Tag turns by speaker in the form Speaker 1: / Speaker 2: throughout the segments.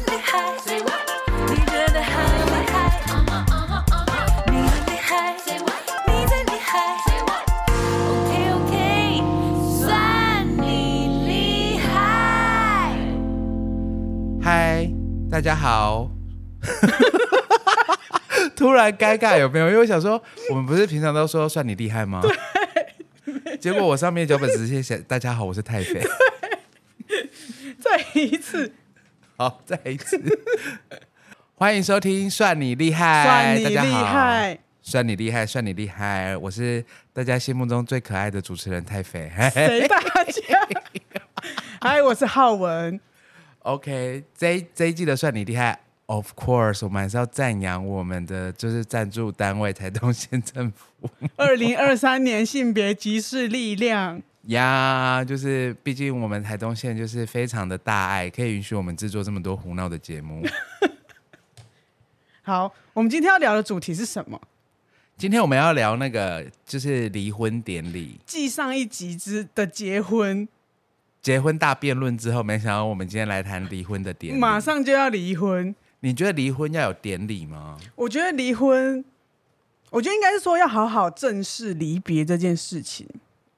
Speaker 1: Say what？你真的好厉害，你很厉害，Say what？你最厉害，Say what？OK OK，算你厉害。
Speaker 2: 嗨，大家好。 突然尴尬有没有？因为我想说，我们不是平常都说算你厉害吗？结果我上面脚本直接写“大家好，我是太 肥
Speaker 3: 再一 次，”。
Speaker 2: 好，再一次，欢迎收听《算你厉害
Speaker 3: 算》，你
Speaker 2: 大
Speaker 3: 厉
Speaker 2: 家好，
Speaker 3: 害，
Speaker 2: 算你厉害，算你厉害，我是大家心目中最可爱的主持人太肥。 嘿嘿
Speaker 3: 谁大家？ 嗨，我是浩文，
Speaker 2: OK，这一这一季的算你厉害。Of course，我们还是要赞扬我们的就是赞助单位台东县政府
Speaker 3: 二零二三年性别集市力量，
Speaker 2: 呀就是毕竟我们台东县就是非常的大爱，可以允许我们制作这么多胡闹的节 目。
Speaker 3: 好，我们今天要聊的主题是什么？
Speaker 2: 今天我们要聊那个就是离婚典礼、
Speaker 3: 继上一集之的结婚，
Speaker 2: 结婚大辩论之后，没想到我们今天来谈离婚的典礼。
Speaker 3: 马，上就要离婚。
Speaker 2: 你觉得离婚要有典礼吗？
Speaker 3: 我觉得离婚，我觉得应该是说要好好正视离别这件事情。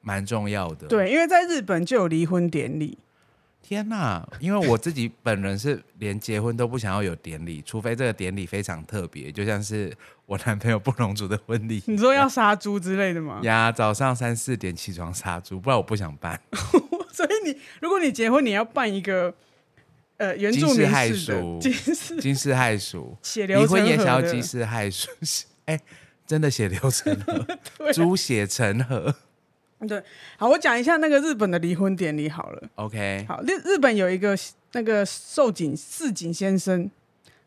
Speaker 2: 蛮重要的。
Speaker 3: 对，因为在日本就有离婚典礼，
Speaker 2: 天呐！因为我自己本人是连结婚都不想要有典礼，除非这个典礼非常特别，就像是我男朋友不龙族的婚礼
Speaker 3: 你说要杀猪之类的吗？
Speaker 2: 呀，早上三四点起床杀猪，不然我不想办。
Speaker 3: 所以你如果你结婚，你要办一个呃原住民式的
Speaker 2: 惊
Speaker 3: 金氏
Speaker 2: 惊世骇俗，
Speaker 3: 血流
Speaker 2: 离
Speaker 3: 成
Speaker 2: 婚也
Speaker 3: 河
Speaker 2: 想要惊
Speaker 3: 的，
Speaker 2: 世骇俗，哎、真的血流成 河，猪血成河。
Speaker 3: 对。好，我讲一下那个日本的离婚典礼好了。
Speaker 2: OK，
Speaker 3: 好，日日本有一个那个寿井市井先生，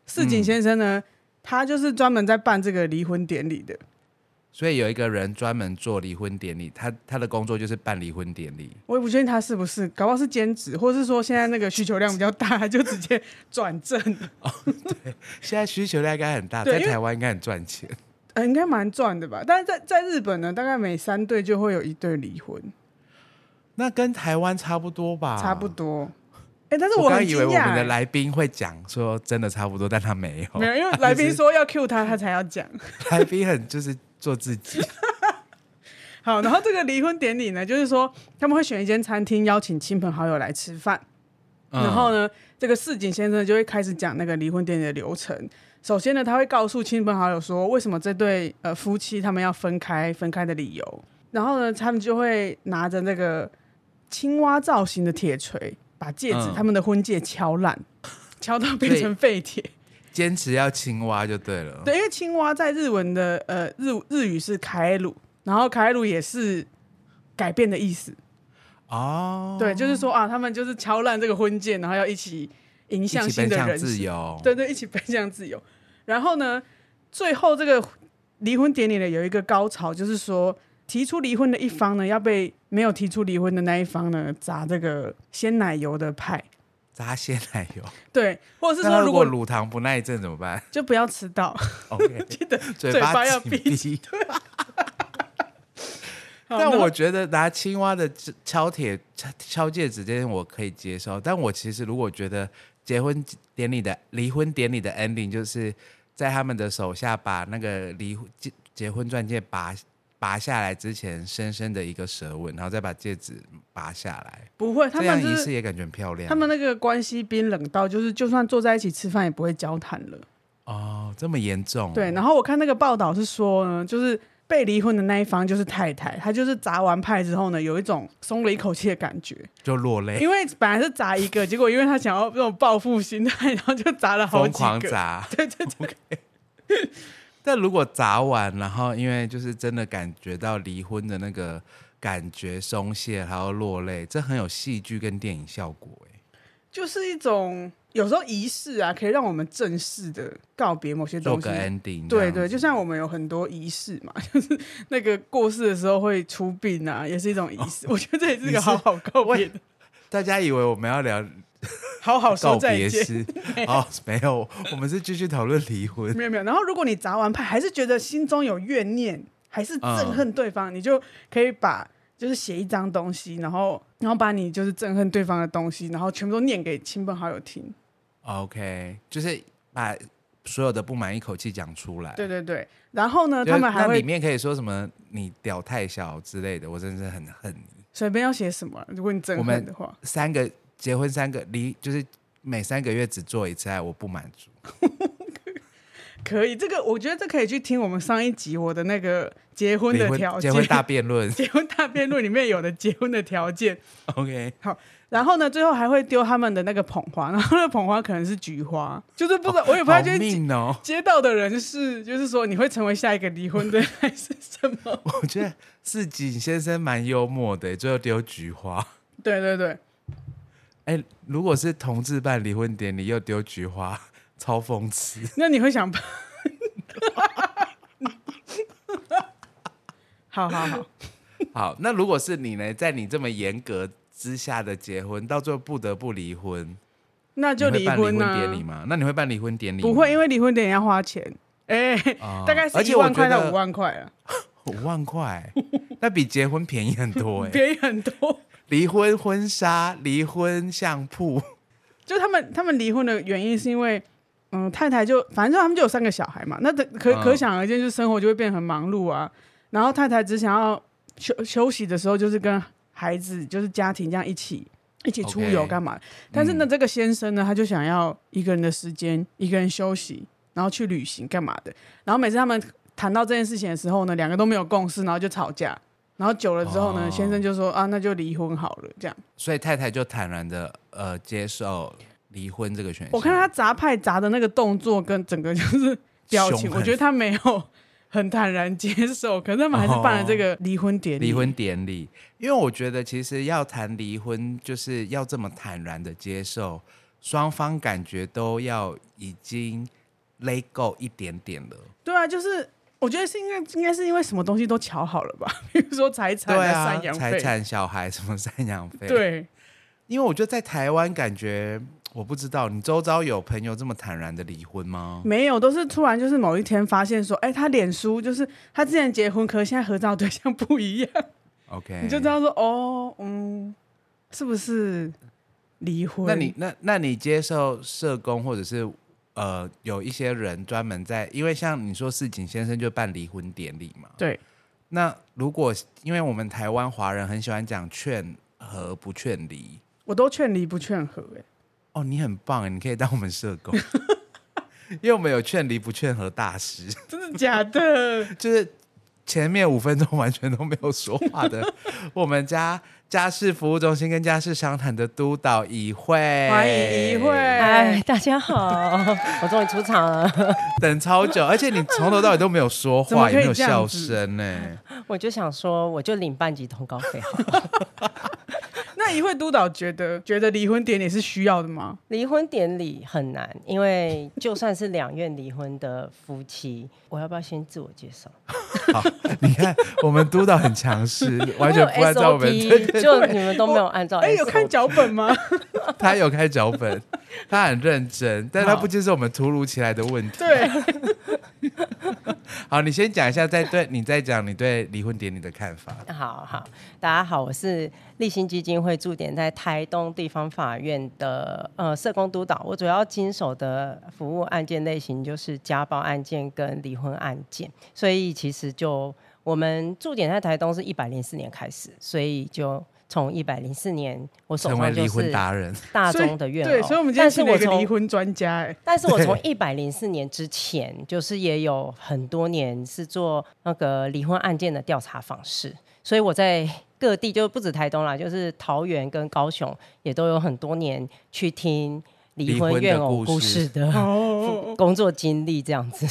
Speaker 3: 市
Speaker 2: 嗯
Speaker 3: 井先生呢，他就是专门在办这个离婚典礼的。
Speaker 2: 所以有一个人专门做离婚典礼，他他的工作就是办离婚典礼。
Speaker 3: 我也不确定他是不是，搞不好是兼职，或是说现在那个需求量比较大，他就直接转正，
Speaker 2: 现在需求量应该很大，
Speaker 3: 对
Speaker 2: 在
Speaker 3: 因为
Speaker 2: 台湾应该很赚钱。
Speaker 3: 呃，应该蛮赚的吧？但是在在日本呢，大概每三对就会有一对离婚，
Speaker 2: 那跟台湾差不多吧，
Speaker 3: 差不。多。哎、但是
Speaker 2: 啊我刚
Speaker 3: 很
Speaker 2: 以
Speaker 3: 惊
Speaker 2: 为我
Speaker 3: 讶、
Speaker 2: 们的
Speaker 3: 欸，
Speaker 2: 来宾会讲说真的差不多，但他没有，
Speaker 3: 没有，因为 来宾说要 cue 他，他才要讲。
Speaker 2: 来宾很就是做自己。
Speaker 3: 好，然后这个离婚典礼呢， 就是说他们会选一间餐厅，邀请亲朋好友来吃饭。
Speaker 2: 嗯
Speaker 3: 然后呢，这个市井先生就会开始讲那个离婚典礼的流程。首先呢，他会告诉亲朋好友说，为什么这对呃夫妻他们要分开，分开的理由。然后呢，他们就会拿着那个青蛙造型的铁锤，把戒指、
Speaker 2: 嗯
Speaker 3: 他们的婚戒敲烂，敲到变成废铁。
Speaker 2: 嗯坚持要青蛙就对了。
Speaker 3: 对，因为青蛙在日文的呃日日语是凯鲁，然后凯鲁也是改变的意思。
Speaker 2: 哦，
Speaker 3: 对，就是说啊，他们就是敲烂这个婚戒，然后要一起迎
Speaker 2: 一
Speaker 3: 向
Speaker 2: 起
Speaker 3: 新
Speaker 2: 奔
Speaker 3: 的
Speaker 2: 向
Speaker 3: 人
Speaker 2: 自
Speaker 3: 生。
Speaker 2: 由。
Speaker 3: 对对，一起奔向自由。然后呢，最后这个离婚典礼呢有一个高潮，就是说提出离婚的一方呢要被没有提出离婚的那一方呢砸这个鲜奶油的派，
Speaker 2: 扎鲜奶油。
Speaker 3: 对，或者是
Speaker 2: 那
Speaker 3: 说
Speaker 2: 如
Speaker 3: 如
Speaker 2: 果
Speaker 3: 果
Speaker 2: 乳糖不耐症怎么办
Speaker 3: 就不要迟到，
Speaker 2: ？OK，
Speaker 3: 记得
Speaker 2: 嘴
Speaker 3: 巴
Speaker 2: 巴
Speaker 3: 要
Speaker 2: 紧
Speaker 3: 闭
Speaker 2: 闭。
Speaker 3: 好
Speaker 2: 但
Speaker 3: 那
Speaker 2: 我觉得拿青蛙的敲敲铁敲敲戒指这件我可以接受，但我其实如果觉得结婚典礼的离婚典礼的 ending 就是在他们的手下把那个离婚结结婚钻戒拔拔下来之前，深深的一个舌吻，然后再把戒指拔下来，
Speaker 3: 不会，
Speaker 2: 这
Speaker 3: 他们
Speaker 2: 样
Speaker 3: 就
Speaker 2: 仪
Speaker 3: 是
Speaker 2: 式也感觉很漂亮。
Speaker 3: 他们那个关系冰冷到，就是就算坐在一起吃饭也不会交谈了。
Speaker 2: 哦，这么严重、
Speaker 3: 对，，然后我看那个报道是说呢，就是被离婚的那一方就是太太，她就是砸完派之后呢，有一种松了一口气的感觉，
Speaker 2: 就落泪，
Speaker 3: 因为本来是砸一个，结果因为她想要这种报复心 态，然后就砸了 好
Speaker 2: 疯
Speaker 3: 几
Speaker 2: 狂
Speaker 3: 个。
Speaker 2: 砸。
Speaker 3: 对对对，
Speaker 2: 但如果砸完，然后因为就是真的感觉到离婚的那个感觉松懈，还要落泪，这很有戏剧跟电影效果哎。
Speaker 3: 就是一种有时候仪式啊，可以让我们正式的告别某些
Speaker 2: 做
Speaker 3: 东西
Speaker 2: 个。ending，这
Speaker 3: 对
Speaker 2: 样子
Speaker 3: 对，就像我们有很多仪式嘛， 就是那个过世的时候会出殡啊，也是一种仪式。
Speaker 2: 哦
Speaker 3: 我觉得这也是一
Speaker 2: 你
Speaker 3: 个
Speaker 2: 是
Speaker 3: 好好告 别的，
Speaker 2: 大家以为我们要聊
Speaker 3: 好好说
Speaker 2: 告
Speaker 3: 再
Speaker 2: 别
Speaker 3: 见。
Speaker 2: 式哦，没有，我们是继续讨论离婚。
Speaker 3: 没有没有。然后如果你砸完派还是觉得心中有怨念，还是憎恨对方，你就可以把就是写一张东西，然后然后把你就是憎恨对方的东西，然后全部都念给亲朋好友听。
Speaker 2: OK，就是把所有的不满一口气讲出来。
Speaker 3: 对对对，然后呢，
Speaker 2: 哎就是
Speaker 3: 他们还
Speaker 2: 那里
Speaker 3: 会
Speaker 2: 面可以说什么？你屌太小之类的，我真的是很恨你。
Speaker 3: 随便要写什么，如果你憎
Speaker 2: 我
Speaker 3: 恨
Speaker 2: 们
Speaker 3: 的话，
Speaker 2: 三个结婚三个离，就是每三个月只做一次爱，我不满足。
Speaker 3: 可以。这个我觉得这可以去听我们上一集我的那个结婚
Speaker 2: 离
Speaker 3: 的
Speaker 2: 婚
Speaker 3: 条件，
Speaker 2: 结婚大辩论
Speaker 3: 结婚大辩论里面有的结婚的条件。
Speaker 2: ，OK，
Speaker 3: 然后呢，最后还会丢他们的那个捧花，然后那个捧花可能是菊花，就是不知道，我也不知
Speaker 2: 好
Speaker 3: 道，就是接
Speaker 2: 命哦！
Speaker 3: 接到的人是，就是说你会成为下一个离婚的人还是什么？
Speaker 2: 我觉得是景先生蛮幽默的，最后丢菊花。
Speaker 3: 对对对，
Speaker 2: 哎、如果是同志办离婚典礼又丢菊花，超讽刺。
Speaker 3: 那你会想，好好好，
Speaker 2: 好，那如果是你呢，在你这么严格之下的结婚，到最后不得不离婚，
Speaker 3: 那就
Speaker 2: 你会办
Speaker 3: 婚
Speaker 2: 离
Speaker 3: 呐、
Speaker 2: 婚典礼吗？那你会办离婚典礼吗？
Speaker 3: 不会，因
Speaker 2: 为
Speaker 3: 为离婚典礼要花钱，哎、
Speaker 2: 哦
Speaker 3: 大概
Speaker 2: 而
Speaker 3: 是一
Speaker 2: 且我
Speaker 3: 万块
Speaker 2: 觉
Speaker 3: 到
Speaker 2: 得
Speaker 3: 五万块啊，
Speaker 2: 五万块，那比结婚便宜很多哎、
Speaker 3: 便宜很多。
Speaker 2: 离婚婚纱、离婚相扑，
Speaker 3: 就他们他们离婚的原因是因为，嗯，太太就反正他们就有三个小孩嘛，那的可
Speaker 2: 嗯
Speaker 3: 可想而知，就是生活就会变得很忙碌啊。然后太太只想要休休息的时候，就是跟孩子就是家庭这样一起一起出
Speaker 2: OK 嗯
Speaker 3: 游干嘛但是呢，这个先生呢，他就想要一个人的时间，一个人休息，然后去旅行干嘛的。然后每次他们谈到这件事情的时候呢，两个都没有共识，然后就吵架。然后久了之后呢，
Speaker 2: 哦
Speaker 3: 先生就说啊，那就离婚好了，这样。
Speaker 2: 所以太太就坦然的呃接受离婚这个选项。
Speaker 3: 我看他砸派砸的那个动作跟整个就是表情，
Speaker 2: 凶狠
Speaker 3: 我觉得他没有很坦然接受，可是他们还是办了这个离婚典礼。
Speaker 2: 哦离婚典礼，因为我觉得其实要谈离婚，就是要这么坦然的接受，双方感觉都要已经勒够一点点了。
Speaker 3: 对啊，就是我觉得是应该应该是因为什么东西都瞧好了吧， 比如说财产
Speaker 2: 对
Speaker 3: 赡
Speaker 2: 啊
Speaker 3: 养，
Speaker 2: 财
Speaker 3: 费，
Speaker 2: 产、小孩什么赡养费，，
Speaker 3: 对
Speaker 2: 因为我觉得在台湾感觉。我不知道你周遭有朋友这么坦然的离婚吗？
Speaker 3: 没有，都是突然就是某一天发现说，哎、他脸书就是他之前结婚，可是现在合照对象不一样，
Speaker 2: OK，
Speaker 3: 你就知道说
Speaker 2: 哎
Speaker 3: 哦，嗯，是不是离婚？
Speaker 2: 那你那那你接受社工或者是呃有一些人专门在，因为像你说市井先生就办离婚典礼嘛，
Speaker 3: 对
Speaker 2: 那如果因为我们台湾华人很喜欢讲劝和不劝离，
Speaker 3: 我都劝离不劝和、哎。
Speaker 2: 哦，你很棒耶，你可以当我们社 工，因为我们有劝离不劝和大师，
Speaker 3: 真的假的？
Speaker 2: 就是前面五分钟完全都没有说话的，我们家家事服务中心跟家事商谈的督导议会，
Speaker 3: 欢迎一会，
Speaker 4: 哎，大家好， 我终于出场了。
Speaker 2: 等超 久，而且你从头到尾都没有说
Speaker 3: 怎么
Speaker 2: 话，
Speaker 3: 可以
Speaker 2: 也没有
Speaker 3: 这样
Speaker 2: 笑
Speaker 3: 子
Speaker 2: 声呢、
Speaker 4: 我就想说，我就领半级通告费好 了。
Speaker 3: 那一会督导觉得 觉得离婚典礼是需要的吗？
Speaker 4: 离婚典礼很难，因为就算是两愿离婚的夫妻，我要不要先自我介绍？
Speaker 2: 好，你看我们督导很强 势，完全不按照我们。
Speaker 4: 有
Speaker 2: 对
Speaker 4: SOP，就你们都没有按照 SOP。
Speaker 3: 哎、有看脚本 吗？
Speaker 2: 他有开脚本，他很认真，但他不接受我们突如其来的问题。
Speaker 3: 对，
Speaker 2: 好，你先讲一下，再对你再讲你对离婚典礼的看法。
Speaker 4: 好好，大家好，我是立新基金会驻点在台东地方法院的呃社工督导，我主要经手的服务案件类型就是家暴案件跟离婚案件，所以其实就我们驻点在台东是一百零四年开始，所以就从一百零四年我手
Speaker 2: 成为
Speaker 4: 上就
Speaker 2: 离婚
Speaker 4: 是
Speaker 2: 达人，
Speaker 4: 大
Speaker 3: 所以
Speaker 4: 众的愿
Speaker 3: 对，
Speaker 4: 偶
Speaker 3: 所以我们今天
Speaker 4: 但是
Speaker 3: 请了
Speaker 4: 我
Speaker 3: 一个
Speaker 4: 从
Speaker 3: 离婚专家、哎，
Speaker 4: 但是我从一百零四年之前， 就是也有很多年是做那个离婚案件的调查访视，所以我在各地就不止台东啦，就是桃园跟高雄也都有很多年去听离婚怨偶故事的
Speaker 3: 哦，
Speaker 4: 工作经历，这样子。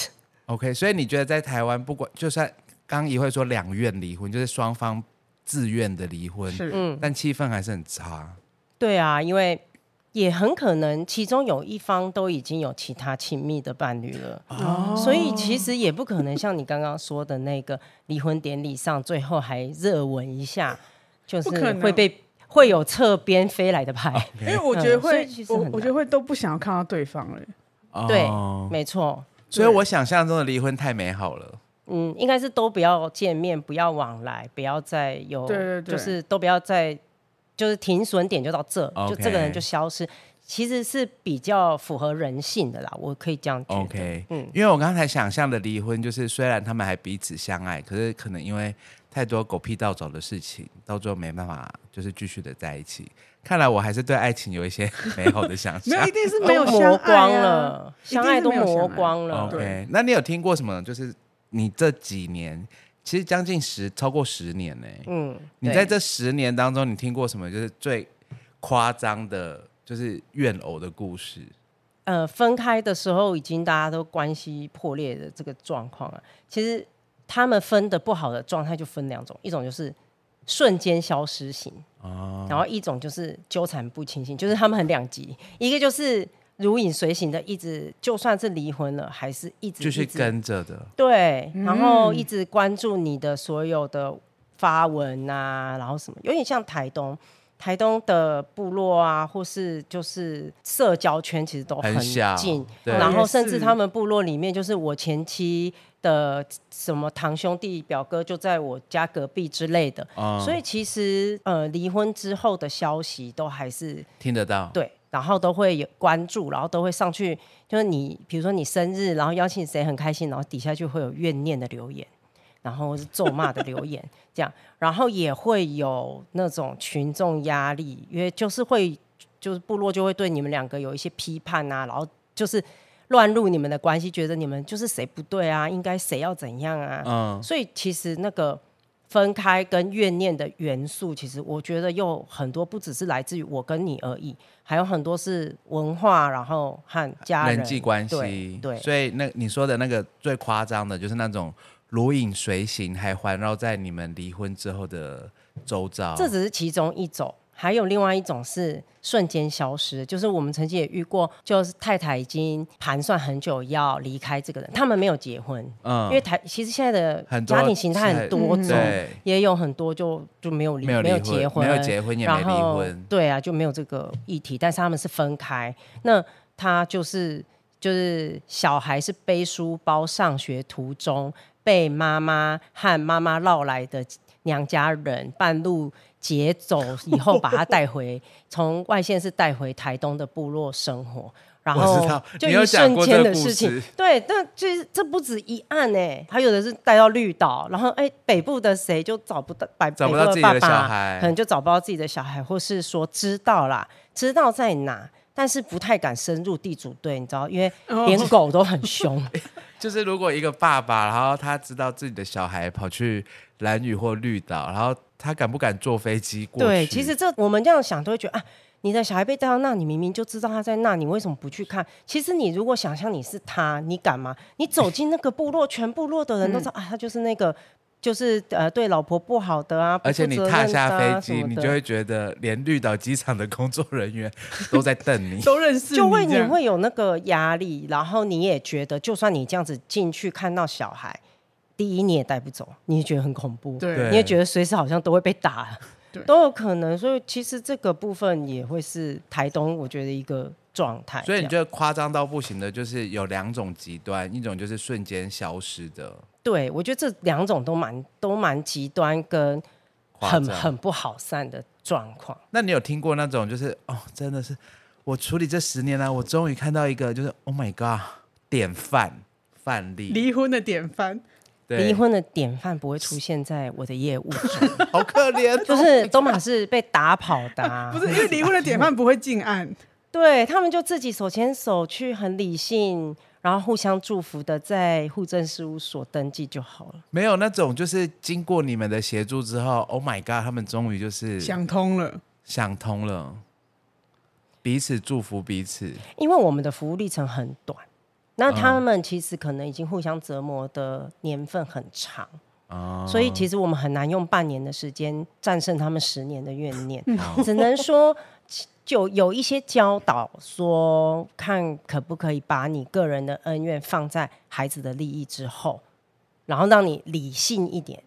Speaker 2: OK，所以你觉得在台湾，不管就算刚一会说两愿离婚，就是双方自愿的离婚，
Speaker 3: 是，
Speaker 4: 嗯，
Speaker 2: 但气氛还是很差。
Speaker 4: 对啊，因为也很可能其中有一方都已经有其他亲密的伴侣了。
Speaker 3: 哦
Speaker 4: 所以其实也不可能像你刚刚说的那个离婚典礼上，最后还热吻一下，就是
Speaker 3: 不可能
Speaker 4: 会被会有侧边飞来的牌。
Speaker 3: 因为我觉得
Speaker 4: 所
Speaker 3: 会
Speaker 4: 以其，实
Speaker 3: 我
Speaker 4: 很难
Speaker 3: 我觉得会都不想要看到对方了、哎
Speaker 4: 对
Speaker 2: 哦，
Speaker 4: 没错，
Speaker 2: 所以我想象中的离婚太美好了。
Speaker 4: 嗯，应该是都不要见面，不要往来，不要再有，
Speaker 3: 对对对
Speaker 4: 就是都不要再，就是停损点就到这
Speaker 2: OK
Speaker 4: 就这个人就消失。其实是比较符合人性的啦，我可以这样觉得。
Speaker 2: OK，
Speaker 4: 嗯
Speaker 2: 因为我刚才想象的离婚就是，虽然他们还彼此相爱，可是可能因为太多狗屁倒灶的事情，到最后没办法就是继续的在一起。看来我还是对爱情有一些美好的想
Speaker 3: 没有
Speaker 2: 象
Speaker 3: 一。定是
Speaker 4: 都
Speaker 3: 没有相
Speaker 4: 磨
Speaker 3: 爱啊
Speaker 4: 光了，
Speaker 3: 一定
Speaker 4: 相
Speaker 3: 是
Speaker 4: 爱都
Speaker 3: 没有相
Speaker 4: 磨
Speaker 3: 爱
Speaker 2: 哦
Speaker 4: 光了。
Speaker 2: OK，那你有听过什么？就是你这几年，其实将近十超过十年呢、
Speaker 4: 嗯，
Speaker 2: 你
Speaker 4: 对
Speaker 2: 在这十年当中，你听过什么？就是最夸张的，就是怨偶的故事。
Speaker 4: 呃分开的时候，已经大家都关系破裂的这个状况啊，其实他们分的不好的状态就分两种，一种就是瞬间消失型，
Speaker 2: 哦
Speaker 4: 然后一种就是纠缠不清醒，就是他们很两极，一个就是如影随形的，一直就算是离婚了，还是一直
Speaker 2: 继续
Speaker 4: 一直
Speaker 2: 跟着的，
Speaker 4: 对，然后
Speaker 3: 嗯
Speaker 4: 一直关注你的所有的发文啊，然后什么，有点像台东。台东的部落啊，或是就是社交圈，其实都
Speaker 2: 很
Speaker 4: 很
Speaker 2: 小
Speaker 4: 近，
Speaker 2: 对
Speaker 4: 然后
Speaker 3: 也
Speaker 4: 甚至
Speaker 3: 是
Speaker 4: 他们部落里面，就是我前妻的什么堂兄弟、表哥就在我家隔壁之类的，
Speaker 2: 嗯
Speaker 4: 所以其实呃，离婚之后的消息都还是
Speaker 2: 听得到。
Speaker 4: 对，然后都会有关注，然后都会上去，就是你比如说你生日，然后邀请谁很开心，然后底下就会有怨念的留言，然后是咒骂的留言这样，然后也会有那种群众压力，因为就是会就是部落就会对你们两个有一些批判啊，然后就是乱入你们的关系，觉得你们就是谁不对啊，应该谁要怎样啊，
Speaker 2: 嗯，
Speaker 4: 所以其实那个分开跟怨念的元素，其实我觉得又很多，不只是来自于我跟你而已，还有很多是文化，然后和家人
Speaker 2: 人际关系
Speaker 4: 对，对
Speaker 2: 所以那你说的那个最夸张的，就是那种如影随形，还环绕在你们离婚之后的周遭。
Speaker 4: 这只是其中一种。还有另外一种是瞬间消失，就是我们曾经也遇过，就是太太已经盘算很久要离开这个人，他们没有结婚，
Speaker 2: 嗯
Speaker 4: 因为台其实现在的
Speaker 2: 很多
Speaker 4: 家庭形态很多
Speaker 3: 是。
Speaker 4: 种，
Speaker 2: 对
Speaker 4: 也有很多就就没有离
Speaker 2: 没有离婚
Speaker 4: 结婚，
Speaker 2: 没有结婚也没
Speaker 4: 然后
Speaker 2: 离婚
Speaker 4: 对啊，就没有这个议题，但是他们是分开，那他就是就是小孩是背书包上学途中被妈妈和妈妈绕来的娘家人半路劫走以后，把他 带回从外县市带回台东的部落生活。然
Speaker 2: 我
Speaker 4: 后
Speaker 2: 知道
Speaker 4: 就
Speaker 2: 你有
Speaker 4: 一
Speaker 2: 讲
Speaker 4: 瞬
Speaker 2: 过
Speaker 4: 间
Speaker 2: 这个
Speaker 4: 的
Speaker 2: 故
Speaker 4: 事情
Speaker 2: 事，
Speaker 4: 对，那就是这不止一案哎、还有的是带到绿岛，然后哎、北部的谁就找不到，北
Speaker 2: 找不
Speaker 4: 北部
Speaker 2: 到自己
Speaker 4: 爸
Speaker 2: 的
Speaker 4: 爸
Speaker 2: 小孩
Speaker 4: 可能就找不到自己的小孩，或是说知道啦，知道在哪，但是不太敢深入地主队，你知道，因为连狗都很凶，
Speaker 2: 就是如果一个爸爸，然后他知道自己的小孩跑去蓝屿或绿岛，然后他敢不敢坐飞机过去？
Speaker 4: 对，其实这我们这样想都会觉得啊，你的小孩被带到那，你明明就知道他在那，你为什么不去看？其实你如果想象你是他，你敢吗？你走进那个部落，全部落的人都知道、
Speaker 2: 嗯
Speaker 4: 啊，他就是那个。就是呃，对老婆不好的啊，不
Speaker 2: 而且
Speaker 4: 负
Speaker 2: 你
Speaker 4: 责
Speaker 2: 踏
Speaker 4: 任的
Speaker 2: 下
Speaker 4: 啊
Speaker 2: 飞
Speaker 4: 什
Speaker 2: 机，
Speaker 4: 么
Speaker 2: 你
Speaker 4: 的
Speaker 2: 就会觉得连绿岛机场的工作人员都在瞪你
Speaker 3: 都认识，
Speaker 4: 就会
Speaker 3: 这
Speaker 4: 你
Speaker 3: 样
Speaker 4: 会有那个压力，然后你也觉得，就算你这样子进去看到小孩，第一你也带不走，你也觉得很恐怖，
Speaker 2: 对
Speaker 4: 你也觉得随时好像都会被打
Speaker 3: 对，
Speaker 4: 都有可能。所以其实这个部分也会是台东，我觉得一个状态。
Speaker 2: 所以你
Speaker 4: 这样
Speaker 2: 觉得夸张到不行的，就是有两种极端，一种就是瞬间消失的
Speaker 4: 对我觉得这两种都蛮都蛮极端跟
Speaker 2: 夸
Speaker 4: 很
Speaker 2: 张，
Speaker 4: 很不好散的状况。
Speaker 2: 那你有听过那种就是哦，真的是我处理这十年来、我终于看到一个就是 Oh my God 典范范例，
Speaker 3: 离婚的典范，
Speaker 2: 对
Speaker 4: 离婚的典范不会出现在我的业务 中，
Speaker 2: 好可怜哦，
Speaker 4: 就是东马是被打跑的、啊，
Speaker 3: 不是因为离婚的典范不会进案，
Speaker 4: 对他们就自己手牵手去，很理性，然后互相祝福的在户政事务所登记就好了。
Speaker 2: 没有那种就是经过你们的协助之后，Oh my God，他们终于就是
Speaker 3: 想通了，
Speaker 2: 想通了，彼此祝福彼此。
Speaker 4: 因为我们的服务历程很短，那他们其实可能已经互相折磨的年份很长，
Speaker 2: 哦，
Speaker 4: 所以其实我们很难用半年的时间战胜他们十年的怨念，
Speaker 2: 嗯
Speaker 4: 只能说。就有一些教导说，看可不可以把你个人的恩怨放在孩子的利益之后，然后让你理性一点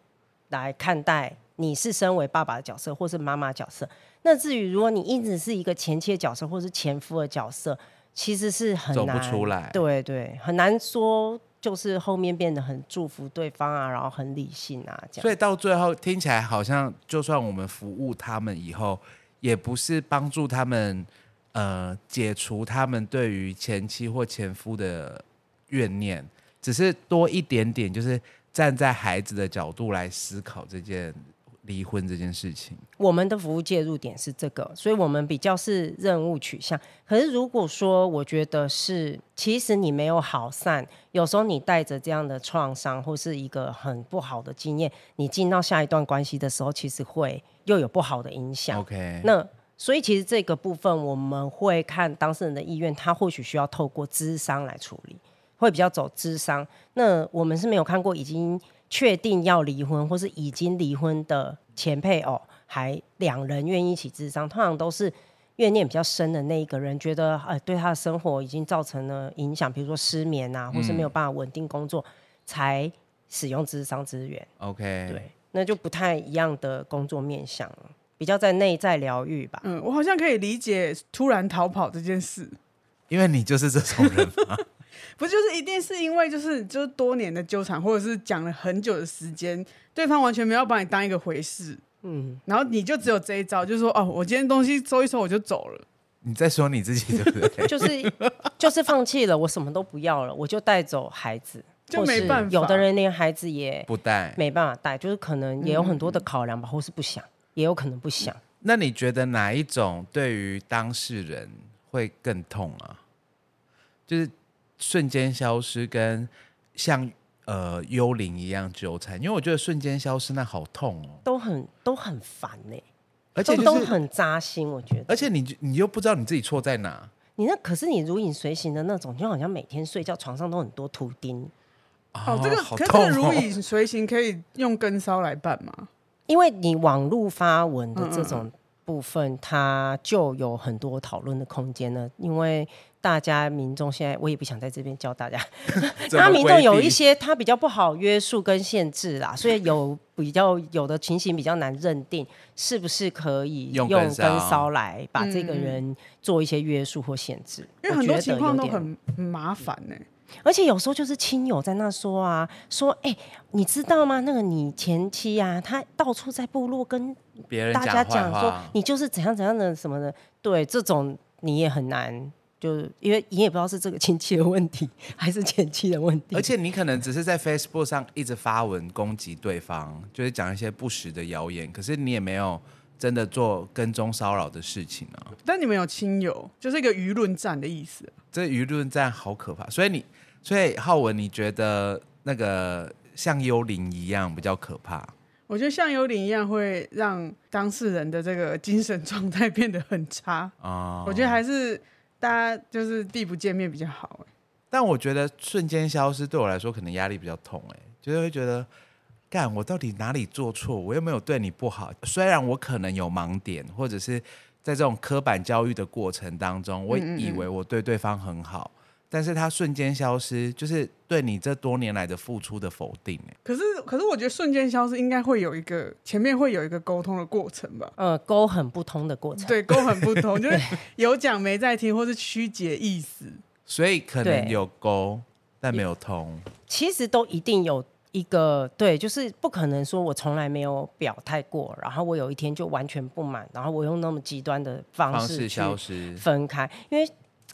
Speaker 4: 来看待你是身为爸爸的角色，或是妈妈的角色。那至于如果你一直是一个前妻的角色，或是前夫的角色，其实是很
Speaker 2: 走不
Speaker 4: 难
Speaker 2: 出来
Speaker 4: 对对，很难说，就是后面变得很祝福对方啊，然后很理性啊，这样。
Speaker 2: 所以到最后听起来好像，就算我们服务他们以后，也不是帮助他们呃解除他们对于前妻或前夫的怨念，只是多一点点，就是站在孩子的角度来思考这件离婚这件事情。
Speaker 4: 我们的服务介入点是这个，所以我们比较是任务取向。可是如果说我觉得是，其实你没有好散，有时候你带着这样的创伤或是一个很不好的经验，你进到下一段关系的时候，其实会又有不好的影响。
Speaker 2: OK，
Speaker 4: 那所以其实这个部分我们会看当事人的意愿，他或许需要透过智商来处理，会比较走智商。那我们是没有看过已经确定要离婚或是已经离婚的前配偶，还两人愿意一起智商，通常都是。怨念比较深的那一个人，觉得呃对他的生活已经造成了影响，比如说失眠啊，或是没有办法稳定工作，才使用智商资源。
Speaker 2: OK，
Speaker 4: 对，那就不太一样的工作面向了，比较在内在疗愈吧。
Speaker 3: 嗯，我好像可以理解突然逃跑这件事，
Speaker 2: 因为你就是这种人 嘛，
Speaker 3: 不就是一定是因为就是就是多年的纠缠，或者是讲了很久的时间，对方完全没有把你当一个回事，
Speaker 4: 嗯，
Speaker 3: 然后你就只有这一招，就是说哦，我今天东西收一收我就走了。
Speaker 2: 你在说你自己 对不对？
Speaker 4: 就是就是放弃了，我什么都不要了，我就带走孩子，
Speaker 3: 就
Speaker 4: 或是
Speaker 3: 没办法
Speaker 4: 有的人连孩子也
Speaker 2: 不带。
Speaker 4: 没办法带，就是可能也有很多的考量吧，或是不想，也有可能不想。
Speaker 2: 那你觉得哪一种对于当事人会更痛啊？就是瞬间消失跟像呃幽灵一样纠缠，因为我觉得瞬间消失那好痛哦，
Speaker 4: 都很都很烦呢、
Speaker 2: 而且、
Speaker 4: 都
Speaker 2: 就
Speaker 4: 都
Speaker 2: 是、
Speaker 4: 很扎心，我觉得。
Speaker 2: 而且你就你又不知道你自己错在哪，
Speaker 4: 你那可是你如影随形的那种，就好像每天睡觉床上都很多图钉，
Speaker 3: 哦，这个、
Speaker 2: 好
Speaker 3: 可是
Speaker 2: 痛
Speaker 3: 这
Speaker 2: 哦
Speaker 3: 个如影随形，可以用根梢来办吗？
Speaker 4: 因为你网络发文的这
Speaker 3: 嗯
Speaker 4: 种部分，它就有很多讨论的空间了。因为大家民众现在，我也不想在这边 教大家，
Speaker 2: 怎么
Speaker 4: 他民众有
Speaker 2: 规避
Speaker 4: 一些他比较不好约束跟限制啦，所以有比较有的情形比较难认定是不是可以
Speaker 2: 用
Speaker 4: 用
Speaker 2: 根
Speaker 4: 根
Speaker 2: 梢
Speaker 4: 梢来把这个人做一些约束或限制，
Speaker 3: 因为
Speaker 4: 我
Speaker 3: 很多
Speaker 4: 觉得
Speaker 3: 情况
Speaker 4: 有
Speaker 3: 都
Speaker 4: 点
Speaker 3: 很很麻烦呢、
Speaker 4: 而且有时候就是亲友在那说啊，说哎、你知道吗？那个你前妻啊，她到处在部落跟
Speaker 2: 别人
Speaker 4: 大家
Speaker 2: 坏
Speaker 4: 讲说
Speaker 2: 话，
Speaker 4: 你就是怎样怎样的什么的，对这种你也很难，就是因为你也不知道是这个亲戚的问题还是前妻的问题，
Speaker 2: 而且你可能只是在 Facebook 上一直发文攻击对方，就是讲一些不实的谣言，可是你也没有真的做跟踪骚扰的事情啊。
Speaker 3: 但你们有亲友，就是一个舆论战的意思。
Speaker 2: 这舆论战好可怕，所以你，所以浩文，你觉得那个像幽灵一样比较可怕？
Speaker 3: 我觉得像幽灵一样，会让当事人的这个精神状态变得很差。
Speaker 2: 哦
Speaker 3: 我觉得还是大家就是地不见面比较好、欸。
Speaker 2: 但我觉得瞬间消失对我来说可能压力比较痛、哎，就是会觉得，干我到底哪里做错？我又没有对你不好，虽然我可能有盲点，或者是在这种刻板教育的过程当中，我以为我对对方很好，但是他瞬间消失，就是对你这多年来的付出的否定、哎，
Speaker 3: 可是，可是我觉得瞬间消失应该会有一个前面会有一个沟通的过程吧？
Speaker 4: 呃沟很不通的过程。
Speaker 3: 对，沟很不 通，就是有讲没在听，或是曲解意思。
Speaker 2: 所以可能
Speaker 4: 对
Speaker 2: 有勾，但没有通。
Speaker 4: 其实都一定有一个对，就是不可能说我从来没有表态过，然后我有一天就完全不满，然后我用那么极端的方
Speaker 2: 方
Speaker 4: 式
Speaker 2: 式
Speaker 4: 去
Speaker 2: 消失，
Speaker 4: 分开，因为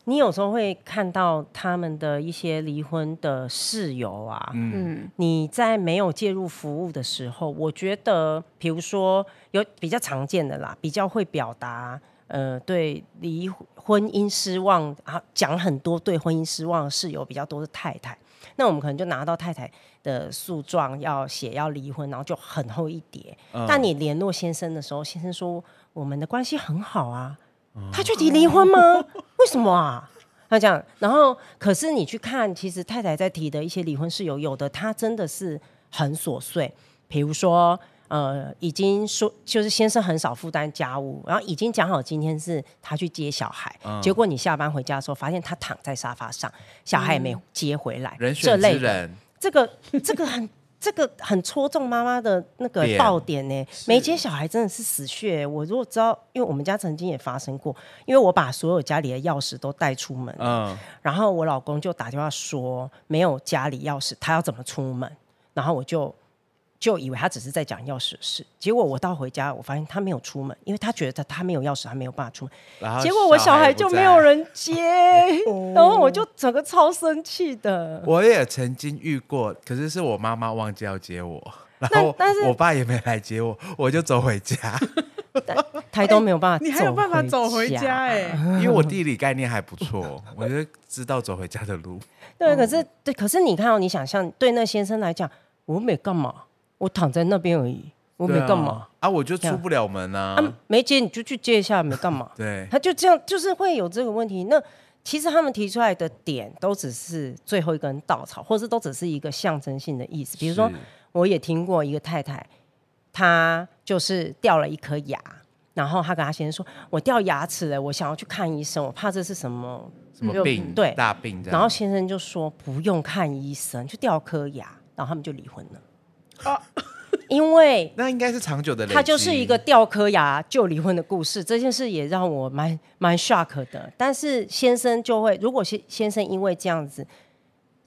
Speaker 4: 你有时候会看到他们的一些离婚的事由啊，
Speaker 3: 嗯，
Speaker 4: 你在没有介入服务的时候，我觉得，比如说有比较常见的啦，比较会表达，呃，对离婚姻失望啊，讲很多对婚姻失望的事由比较多是太太。那我们可能就拿到太太的诉状要写要离婚，然后就很厚一叠。但你联络先生的时候，先生说我们的关系很好啊，他去提离婚吗？为什么啊？他这样，然后可是你去看，其实太太在提的一些离婚事由，有的她真的是很琐碎，比如说呃，已经说就是先生很少负担家务，然后已经讲好今天是他去接小孩，
Speaker 2: 嗯
Speaker 4: 结果你下班回家的时候，发现他躺在沙发上，小孩也没接回来，
Speaker 2: 人
Speaker 4: 这
Speaker 2: 选之
Speaker 4: 类的
Speaker 2: 人，嗯
Speaker 4: 这个这个很 这个很戳中妈妈的那个
Speaker 2: 点
Speaker 4: 爆点呢、没接小孩真的是死穴欸、我如果知道，因为我们家曾经也发生过，因为我把所有家里的钥匙都带出门，
Speaker 2: 嗯，
Speaker 4: 然后我老公就打电话说没有家里钥匙，他要怎么出门？然后我就就以为他只是在讲钥匙的事，结果我到回家，我发现他没有出门，因为他觉得他他没有钥匙，他没有办法出门。
Speaker 2: 然后
Speaker 4: 结果我小孩
Speaker 2: 也不
Speaker 4: 就
Speaker 2: 在
Speaker 4: 没有。人接， 然后我就整个超生气的。
Speaker 2: 我也曾经遇过，可是是我妈妈忘记要接我，然
Speaker 4: 那
Speaker 2: 后
Speaker 4: 但是
Speaker 2: 我爸也没来接我，我就走回 家，
Speaker 4: 台东没有办法、
Speaker 3: 哎你还有办法走回家哎、
Speaker 2: 因为我地理概念还不错，我就知道走回家的路。
Speaker 3: 哦
Speaker 4: 对，可是对，可是你看哦，你想象对那先生来讲，我没干嘛，我躺在那边而已，我
Speaker 2: 我
Speaker 4: 没干嘛
Speaker 2: 啊我就出不了门啊。
Speaker 4: 啊。没接你就去接一下，没干嘛
Speaker 2: 对，
Speaker 4: 他就这样，就是会有这个问题。那其实他们提出来的点都只是最后一根稻草，或是都只是一个象征性的意思。比如说
Speaker 2: 是，
Speaker 4: 我也听过一个太太，她就是掉了一颗牙，然后她跟她先生说：“我掉牙齿了，我想要去看医生，我怕这是什么
Speaker 2: 什么
Speaker 4: 就
Speaker 2: 病？
Speaker 4: 对
Speaker 2: 大病这样。
Speaker 4: 然后先生就说不用看医生，就掉颗牙，然后他们就离婚了。因为
Speaker 2: 那应该是长久的累积，
Speaker 4: 他就是一个掉颗牙就离婚的故事，这件事也让我蛮蛮 shock 的。但是先生就会，如果先先生因为这样子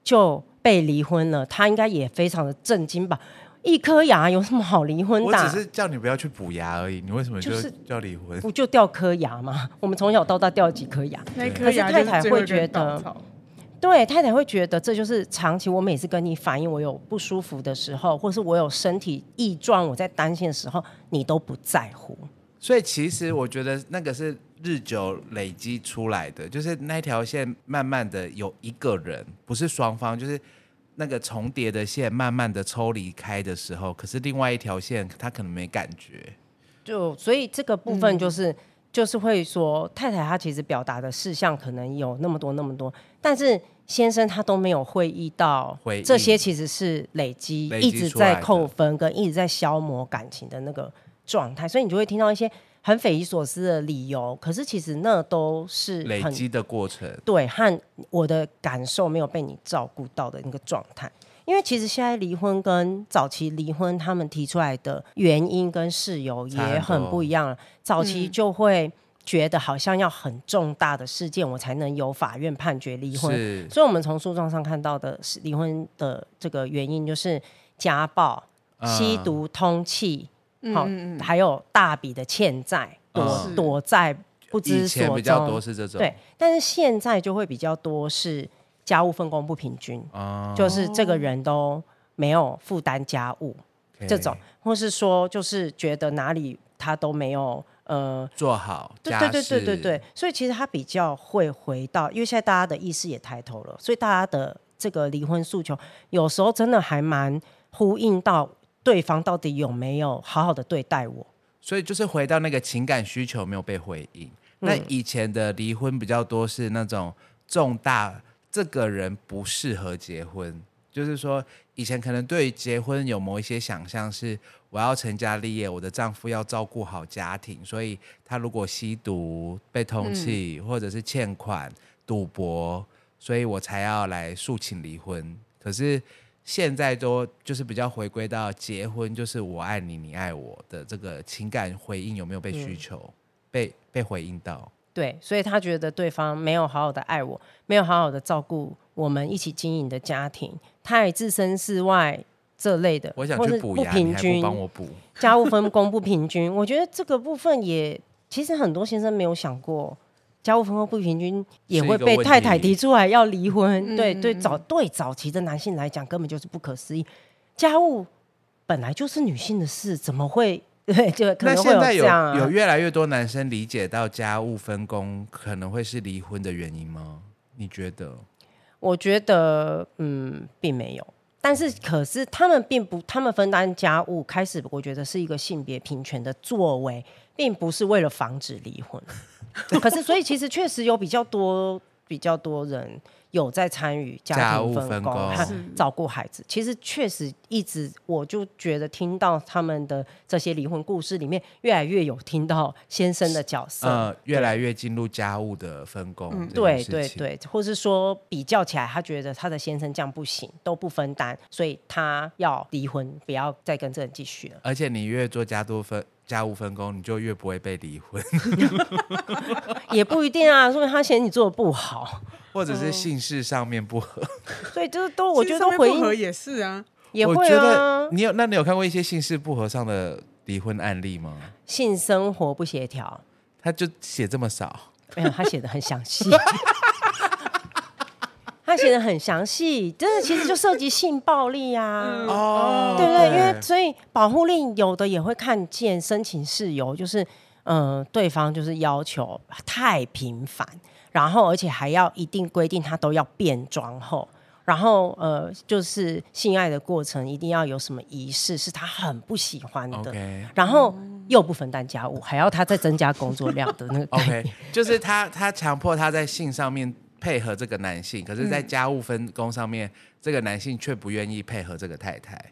Speaker 4: 就被离婚了，他应该也非常的震惊吧？一颗牙有什么好离婚
Speaker 2: 我
Speaker 4: 的啊、
Speaker 2: 只是叫你不要去补牙而已，你为什么就
Speaker 4: 就是
Speaker 2: 要离婚？
Speaker 4: 不就掉颗牙吗？我们从小到大掉了几颗牙？
Speaker 3: 那一
Speaker 2: 对
Speaker 3: 颗
Speaker 4: 可是
Speaker 3: 牙
Speaker 4: 太
Speaker 3: 就是
Speaker 4: 太
Speaker 3: 最后
Speaker 4: 会
Speaker 3: 一根
Speaker 4: 觉得
Speaker 3: 稻草
Speaker 4: 对，太太会觉得这就是长期我每次跟你反映我有不舒服的时候，或是我有身体异状，我在担心的时候，你都不在乎。
Speaker 2: 所以其实我觉得那个是日久累积出来的，就是那条线慢慢的有一个人，不是双方，就是那个重叠的线慢慢的抽离开的时候，可是另外一条线他可能没感觉，
Speaker 4: 就所以这个部
Speaker 2: 嗯
Speaker 4: 分就是、就是会说，太太她其实表达的事项可能有那么多那么多，但是先生他都没有会意到
Speaker 2: 回应
Speaker 4: 这些其实是累积
Speaker 2: 累积
Speaker 4: 一直
Speaker 2: 出来
Speaker 4: 在
Speaker 2: 的
Speaker 4: 扣分跟一直在消磨感情的那个状态，所以你就会听到一些很匪夷所思的理由，可是其实那都是
Speaker 2: 累
Speaker 4: 很
Speaker 2: 积的过程。
Speaker 4: 对和我的感受没有被你照顾到的那个状态。因为其实现在离婚跟早期离婚，他们提出来的原因跟事由也
Speaker 2: 差很多
Speaker 4: 很不一样了。早期就会觉得好像要很重大的事件，我才能由法院判决离婚。
Speaker 2: 是
Speaker 4: 所以，我们从诉状上看到的是离婚的这个原因，就是家暴、吸
Speaker 2: 嗯
Speaker 4: 毒、通气，好、
Speaker 3: 嗯嗯嗯
Speaker 4: 还有大笔的欠债，躲、
Speaker 2: 嗯
Speaker 4: 躲债不知
Speaker 2: 以
Speaker 4: 所
Speaker 2: 前
Speaker 4: 踪。
Speaker 2: 比较多是这种，
Speaker 4: 对，但是现在就会比较多是家务分工不平均，
Speaker 2: 啊
Speaker 4: 就是这个人都没有负担家务、
Speaker 2: ，OK，
Speaker 4: 这种，或是说就是觉得哪里他都没有呃。
Speaker 2: 做好，
Speaker 4: 对
Speaker 2: 家
Speaker 4: 对对对对
Speaker 2: 事
Speaker 4: 对，所以其实他比较会回到，因为现在大家的意识也抬头了，所以大家的这个离婚诉求，有时候真的还蛮呼应到对方到底有没有好好的对待我。
Speaker 2: 所以就是回到那个情感需求没有被回应。那以前的离婚比较多是那种重大，这个人不适合结婚，就是说以前可能对于结婚有某一些想象是我要成家立业，我的丈夫要照顾好家庭，所以他如果吸毒、被通气、或者是欠款、赌博，所以我才要来诉请离婚。可是现在都就是比较回归到结婚，就是我爱你，你爱我的这个情感回应有没有被
Speaker 4: 嗯
Speaker 2: 需求、被被回应到？
Speaker 4: 对，所以他觉得对方没有好好的爱我，没有好好的照顾我们一起经营的家庭，他也置身事外这类的，
Speaker 2: 我想
Speaker 4: 或
Speaker 2: 去
Speaker 4: 是
Speaker 2: 补
Speaker 4: 不
Speaker 2: 牙，你
Speaker 4: 平
Speaker 2: 还
Speaker 4: 均
Speaker 2: 不，帮我补？
Speaker 4: 家务分工不平均，我觉得这个部分也其实很多先生没有想过。家务分工不平均也会
Speaker 2: 是一个问
Speaker 4: 被
Speaker 2: 题
Speaker 4: 太太提出来要离婚，
Speaker 3: 嗯
Speaker 4: 对对，
Speaker 3: 嗯
Speaker 4: 早对早期的男性来讲根本就是不可思议。家务本来就是女性的事，怎么会对就可
Speaker 2: 那
Speaker 4: 能会
Speaker 2: 现在
Speaker 4: 这
Speaker 2: 有、
Speaker 4: 样、啊、
Speaker 2: 有越来越多男生理解到家务分工可能会是离婚的原因吗？你觉得？
Speaker 4: 我觉得，嗯，并没有。但是，可是他们并不，他们分担家务开始，我觉得是一个性别平权的作为，并不是为了防止离婚。可是，所以其实确实有比较多、比较多人有在参与家
Speaker 2: 家
Speaker 4: 庭
Speaker 2: 务
Speaker 4: 分
Speaker 2: 分
Speaker 4: 工
Speaker 2: 工
Speaker 4: 和
Speaker 2: 是
Speaker 4: 照顾孩子。其实确实一直，我就觉得听到他们的这些离婚故事里面，越来越有听到先生的角色。
Speaker 2: 呃，越来越进入家务的分工、这件
Speaker 4: 嗯对
Speaker 2: 事
Speaker 4: 对
Speaker 2: 情，
Speaker 4: 对，或是说比较起来，他觉得他的先生这样不行，都不分担，所以他要离婚，不要再跟这人继续了。
Speaker 2: 而且你越做家多分家务分工，你就越不会被离婚，
Speaker 4: 也不一定啊，说明他嫌你做的不好，嗯
Speaker 2: 或者是姓氏上面不合。
Speaker 4: 所以这都我
Speaker 3: 其
Speaker 4: 觉
Speaker 3: 实
Speaker 4: 得
Speaker 3: 上
Speaker 4: 都
Speaker 3: 面
Speaker 4: 回
Speaker 3: 不合
Speaker 4: 应
Speaker 3: 也是啊，
Speaker 4: 也
Speaker 2: 我
Speaker 4: 会
Speaker 2: 觉
Speaker 4: 啊
Speaker 2: 得。你有，那你有看过一些姓氏不合上的离婚案例吗？
Speaker 4: 性生活不协调，
Speaker 2: 他就写这么少，
Speaker 4: 没有，他写的很详细。 他写的很详细，真的其实就涉及性暴力啊，
Speaker 2: 哦
Speaker 4: 对不对？因为所以保护令有的也会看见申请事由，就是嗯、呃对方就是要求太频繁，然后而且还要一定规定他都要变装后，然后呃，就是性爱的过程一定要有什么仪式，是他很不喜欢的
Speaker 2: OK
Speaker 4: 然后又不分担家务，还要他再增加工作量的那个概念。
Speaker 2: OK，就是他他强迫他在性上面配合这个男性，可是，
Speaker 4: 嗯
Speaker 2: 在家务分工上面，这个男性却不愿意配合这个太太。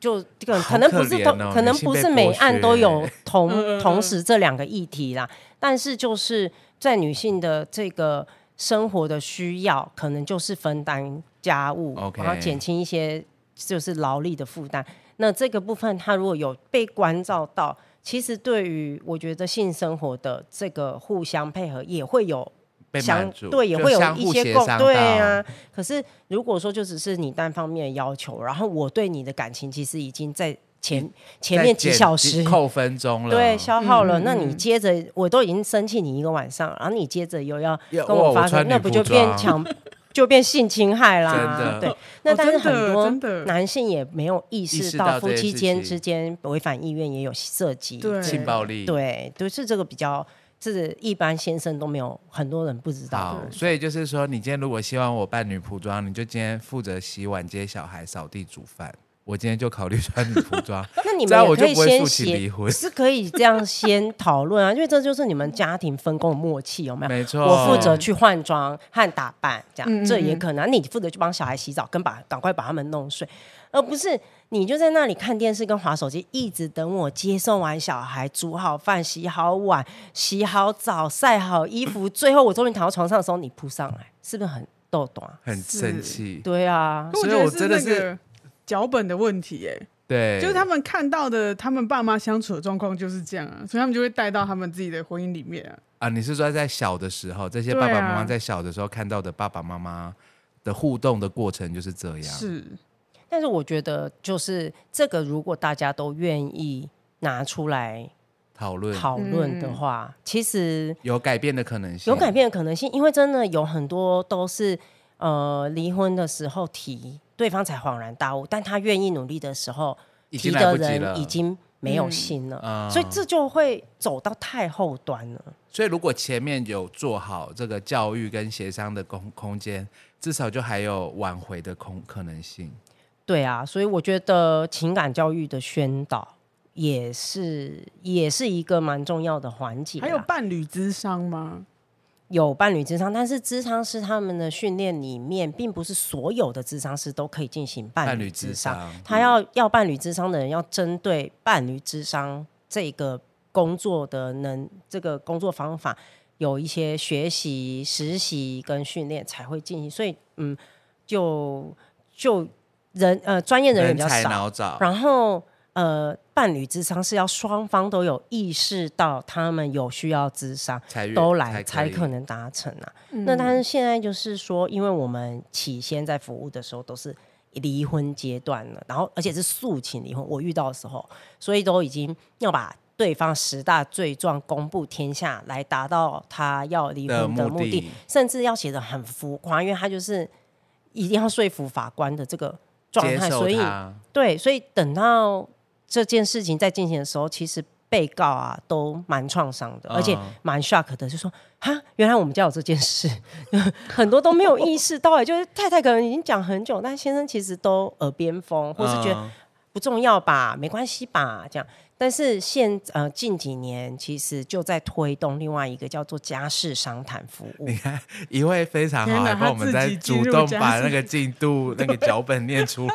Speaker 4: 就这个
Speaker 2: 好
Speaker 4: 可能不是
Speaker 2: 可
Speaker 4: 同，
Speaker 2: 怜哦
Speaker 4: 可能
Speaker 2: 女性
Speaker 4: 不
Speaker 2: 被
Speaker 4: 是每
Speaker 2: 剥削
Speaker 4: 案都有
Speaker 2: 欸
Speaker 4: 同
Speaker 3: 嗯嗯嗯
Speaker 4: 同时这两个议题啦，但是就是在女性的这个生活的需要，可能就是分担家务
Speaker 2: OK
Speaker 4: 然后减轻一些就是劳力的负担。那这个部分，她如果有被关照到，其实对于我觉得性生活的这个互相配合也会有
Speaker 2: 被
Speaker 4: 相
Speaker 2: 满足
Speaker 4: 对也
Speaker 2: 就
Speaker 4: 会有
Speaker 2: 相
Speaker 4: 一
Speaker 2: 互
Speaker 4: 些
Speaker 2: 协
Speaker 4: 共
Speaker 2: 商
Speaker 4: 对
Speaker 2: 到
Speaker 4: 啊。可是如果说就只是你单方面的要求，然后我对你的感情其实已经在前前
Speaker 2: 在
Speaker 4: 面几
Speaker 2: 减
Speaker 4: 小时
Speaker 2: 扣分钟了，
Speaker 4: 对消耗
Speaker 3: 嗯
Speaker 4: 了，
Speaker 3: 嗯
Speaker 4: 那你
Speaker 3: 嗯
Speaker 4: 接着我都已经生气你一个晚上，然后你接着又要
Speaker 2: 要
Speaker 4: 跟
Speaker 2: 哇
Speaker 4: 我
Speaker 2: 我
Speaker 4: 发生
Speaker 2: 穿，女
Speaker 4: 那不
Speaker 2: 仆
Speaker 4: 就变
Speaker 2: 装
Speaker 4: 强就变性侵害啦？
Speaker 2: 真的
Speaker 4: 对，那
Speaker 3: 哦
Speaker 4: 但
Speaker 3: 真
Speaker 4: 是
Speaker 3: 的
Speaker 4: 很多
Speaker 3: 真的
Speaker 4: 男性也没有意
Speaker 2: 意
Speaker 4: 识
Speaker 2: 识
Speaker 4: 到
Speaker 2: 到
Speaker 4: 夫
Speaker 2: 这件
Speaker 4: 妻
Speaker 2: 事
Speaker 4: 间
Speaker 2: 情
Speaker 4: 之间违反意愿也有涉及
Speaker 3: 对
Speaker 2: 性暴力，
Speaker 4: 对，就是这个比较，这一般先生都没有，很多人不知道
Speaker 2: 好，。所以就是说，你今天如果希望我扮女仆装，你就今天负责洗碗、接小孩、扫地、煮饭。我今天就考虑穿女仆 装，
Speaker 4: 那你
Speaker 2: 这样
Speaker 4: 们也
Speaker 2: 我
Speaker 4: 可
Speaker 2: 就
Speaker 4: 以
Speaker 2: 不会
Speaker 4: 先
Speaker 2: 诉请
Speaker 4: 协
Speaker 2: 离婚
Speaker 4: 是可以这样先讨论啊，因为这就是你们家庭分工的默契，有没有？
Speaker 2: 没错，
Speaker 4: 我负责去换装和打扮，这样、
Speaker 3: 嗯嗯
Speaker 4: 这也可能。啊你负责去帮小孩洗澡，跟把赶快把他们弄睡，而不是你就在那里看电视跟划手机，一直等我接送完小孩，煮好饭、洗好碗、洗好澡、晒好衣服，最后我终于躺到床上的时候，你扑上来，是不是很逗懂啊？
Speaker 2: 很生气，
Speaker 4: 对啊，
Speaker 3: 可我
Speaker 2: 所以
Speaker 3: 觉得
Speaker 2: 我
Speaker 3: 是
Speaker 2: 真的
Speaker 3: 那
Speaker 2: 是
Speaker 3: 个脚本的问题、耶。
Speaker 2: 对，
Speaker 3: 就是他们看到的他们爸妈相处的状况就是这样啊，所以他们就会带到他们自己的婚姻里面啊。
Speaker 2: 啊，你是说在小的时候，这些
Speaker 3: 对
Speaker 2: 爸
Speaker 3: 啊
Speaker 2: 爸妈妈在小的时候看到的爸爸妈妈的互动的过程就是这样，
Speaker 3: 是，
Speaker 4: 但是我觉得，就是这个，如果大家都愿意拿出来
Speaker 2: 讨论
Speaker 4: 讨论
Speaker 3: 嗯
Speaker 4: 的话，其实
Speaker 2: 有改变的可能性，
Speaker 4: 有改变的可能性，因为真的有很多都是呃离婚的时候提，对方才恍然大悟，但他愿意努力的时候，
Speaker 2: 已
Speaker 4: 提
Speaker 2: 经来
Speaker 4: 的
Speaker 2: 不及了，
Speaker 4: 人已经没
Speaker 3: 嗯
Speaker 4: 有心了，
Speaker 2: 啊
Speaker 4: 所以这就会走到太后端了。
Speaker 2: 所以如果前面有做好这个教育跟协商的空空间，至少就还有挽回的空可能性。
Speaker 4: 对啊，所以我觉得情感教育的宣导也是也是一个蛮重要的环节啦。
Speaker 3: 还有伴侣智商吗？
Speaker 4: 有伴侣智商，但是智商师他们的训练里面，并不是所有的智商师都可以进行伴
Speaker 2: 伴
Speaker 4: 侣
Speaker 2: 侣
Speaker 4: 智
Speaker 2: 智
Speaker 4: 商。
Speaker 2: 商嗯
Speaker 4: 他要要伴侣智商的人，要针对伴侣智商这个工作的能这个工作方法，有一些学习、实习跟训练才会进行。所以，嗯，就就人呃专业人员
Speaker 2: 人
Speaker 4: 比较
Speaker 2: 才
Speaker 4: 少，
Speaker 2: 脑早，
Speaker 4: 然后呃伴侣智商是要双方都有意识到他们有需要智商。
Speaker 2: 才越
Speaker 4: 都来才
Speaker 2: 才
Speaker 4: 可
Speaker 2: 以
Speaker 4: 能达成啊。那但是现在就是说，因为我们起先在服务的时候都是离婚阶段了，然后而且是诉请离婚，我遇到的时候，所以都已经要把对方十大罪状公布天下，来达到他要离婚的
Speaker 2: 的
Speaker 4: 目
Speaker 2: 目
Speaker 4: 的，
Speaker 2: 的
Speaker 4: 甚至要写的很浮夸，因为他就是一定要说服法官的这个状
Speaker 2: 接
Speaker 4: 态，
Speaker 2: 受
Speaker 4: 所以
Speaker 2: 他
Speaker 4: 对，所以等到这件事情在进行的时候，其实被告啊都蛮创伤的，而且
Speaker 2: 嗯
Speaker 4: 蛮 shock 的，就说哈，原来我们家有这件事， 很多都没有意识到、欸，就是太太可能已经讲很久，但先生其实都耳边风，或是觉得
Speaker 2: 嗯
Speaker 4: 不重要吧，没关系吧，这样。但是现呃近几年其实就在推动另外一个叫做家事商谈服务，
Speaker 2: 一位非常
Speaker 3: 天
Speaker 2: 好，还
Speaker 3: 哪
Speaker 2: 帮我们在主动把那个进 度、那个脚本念出来。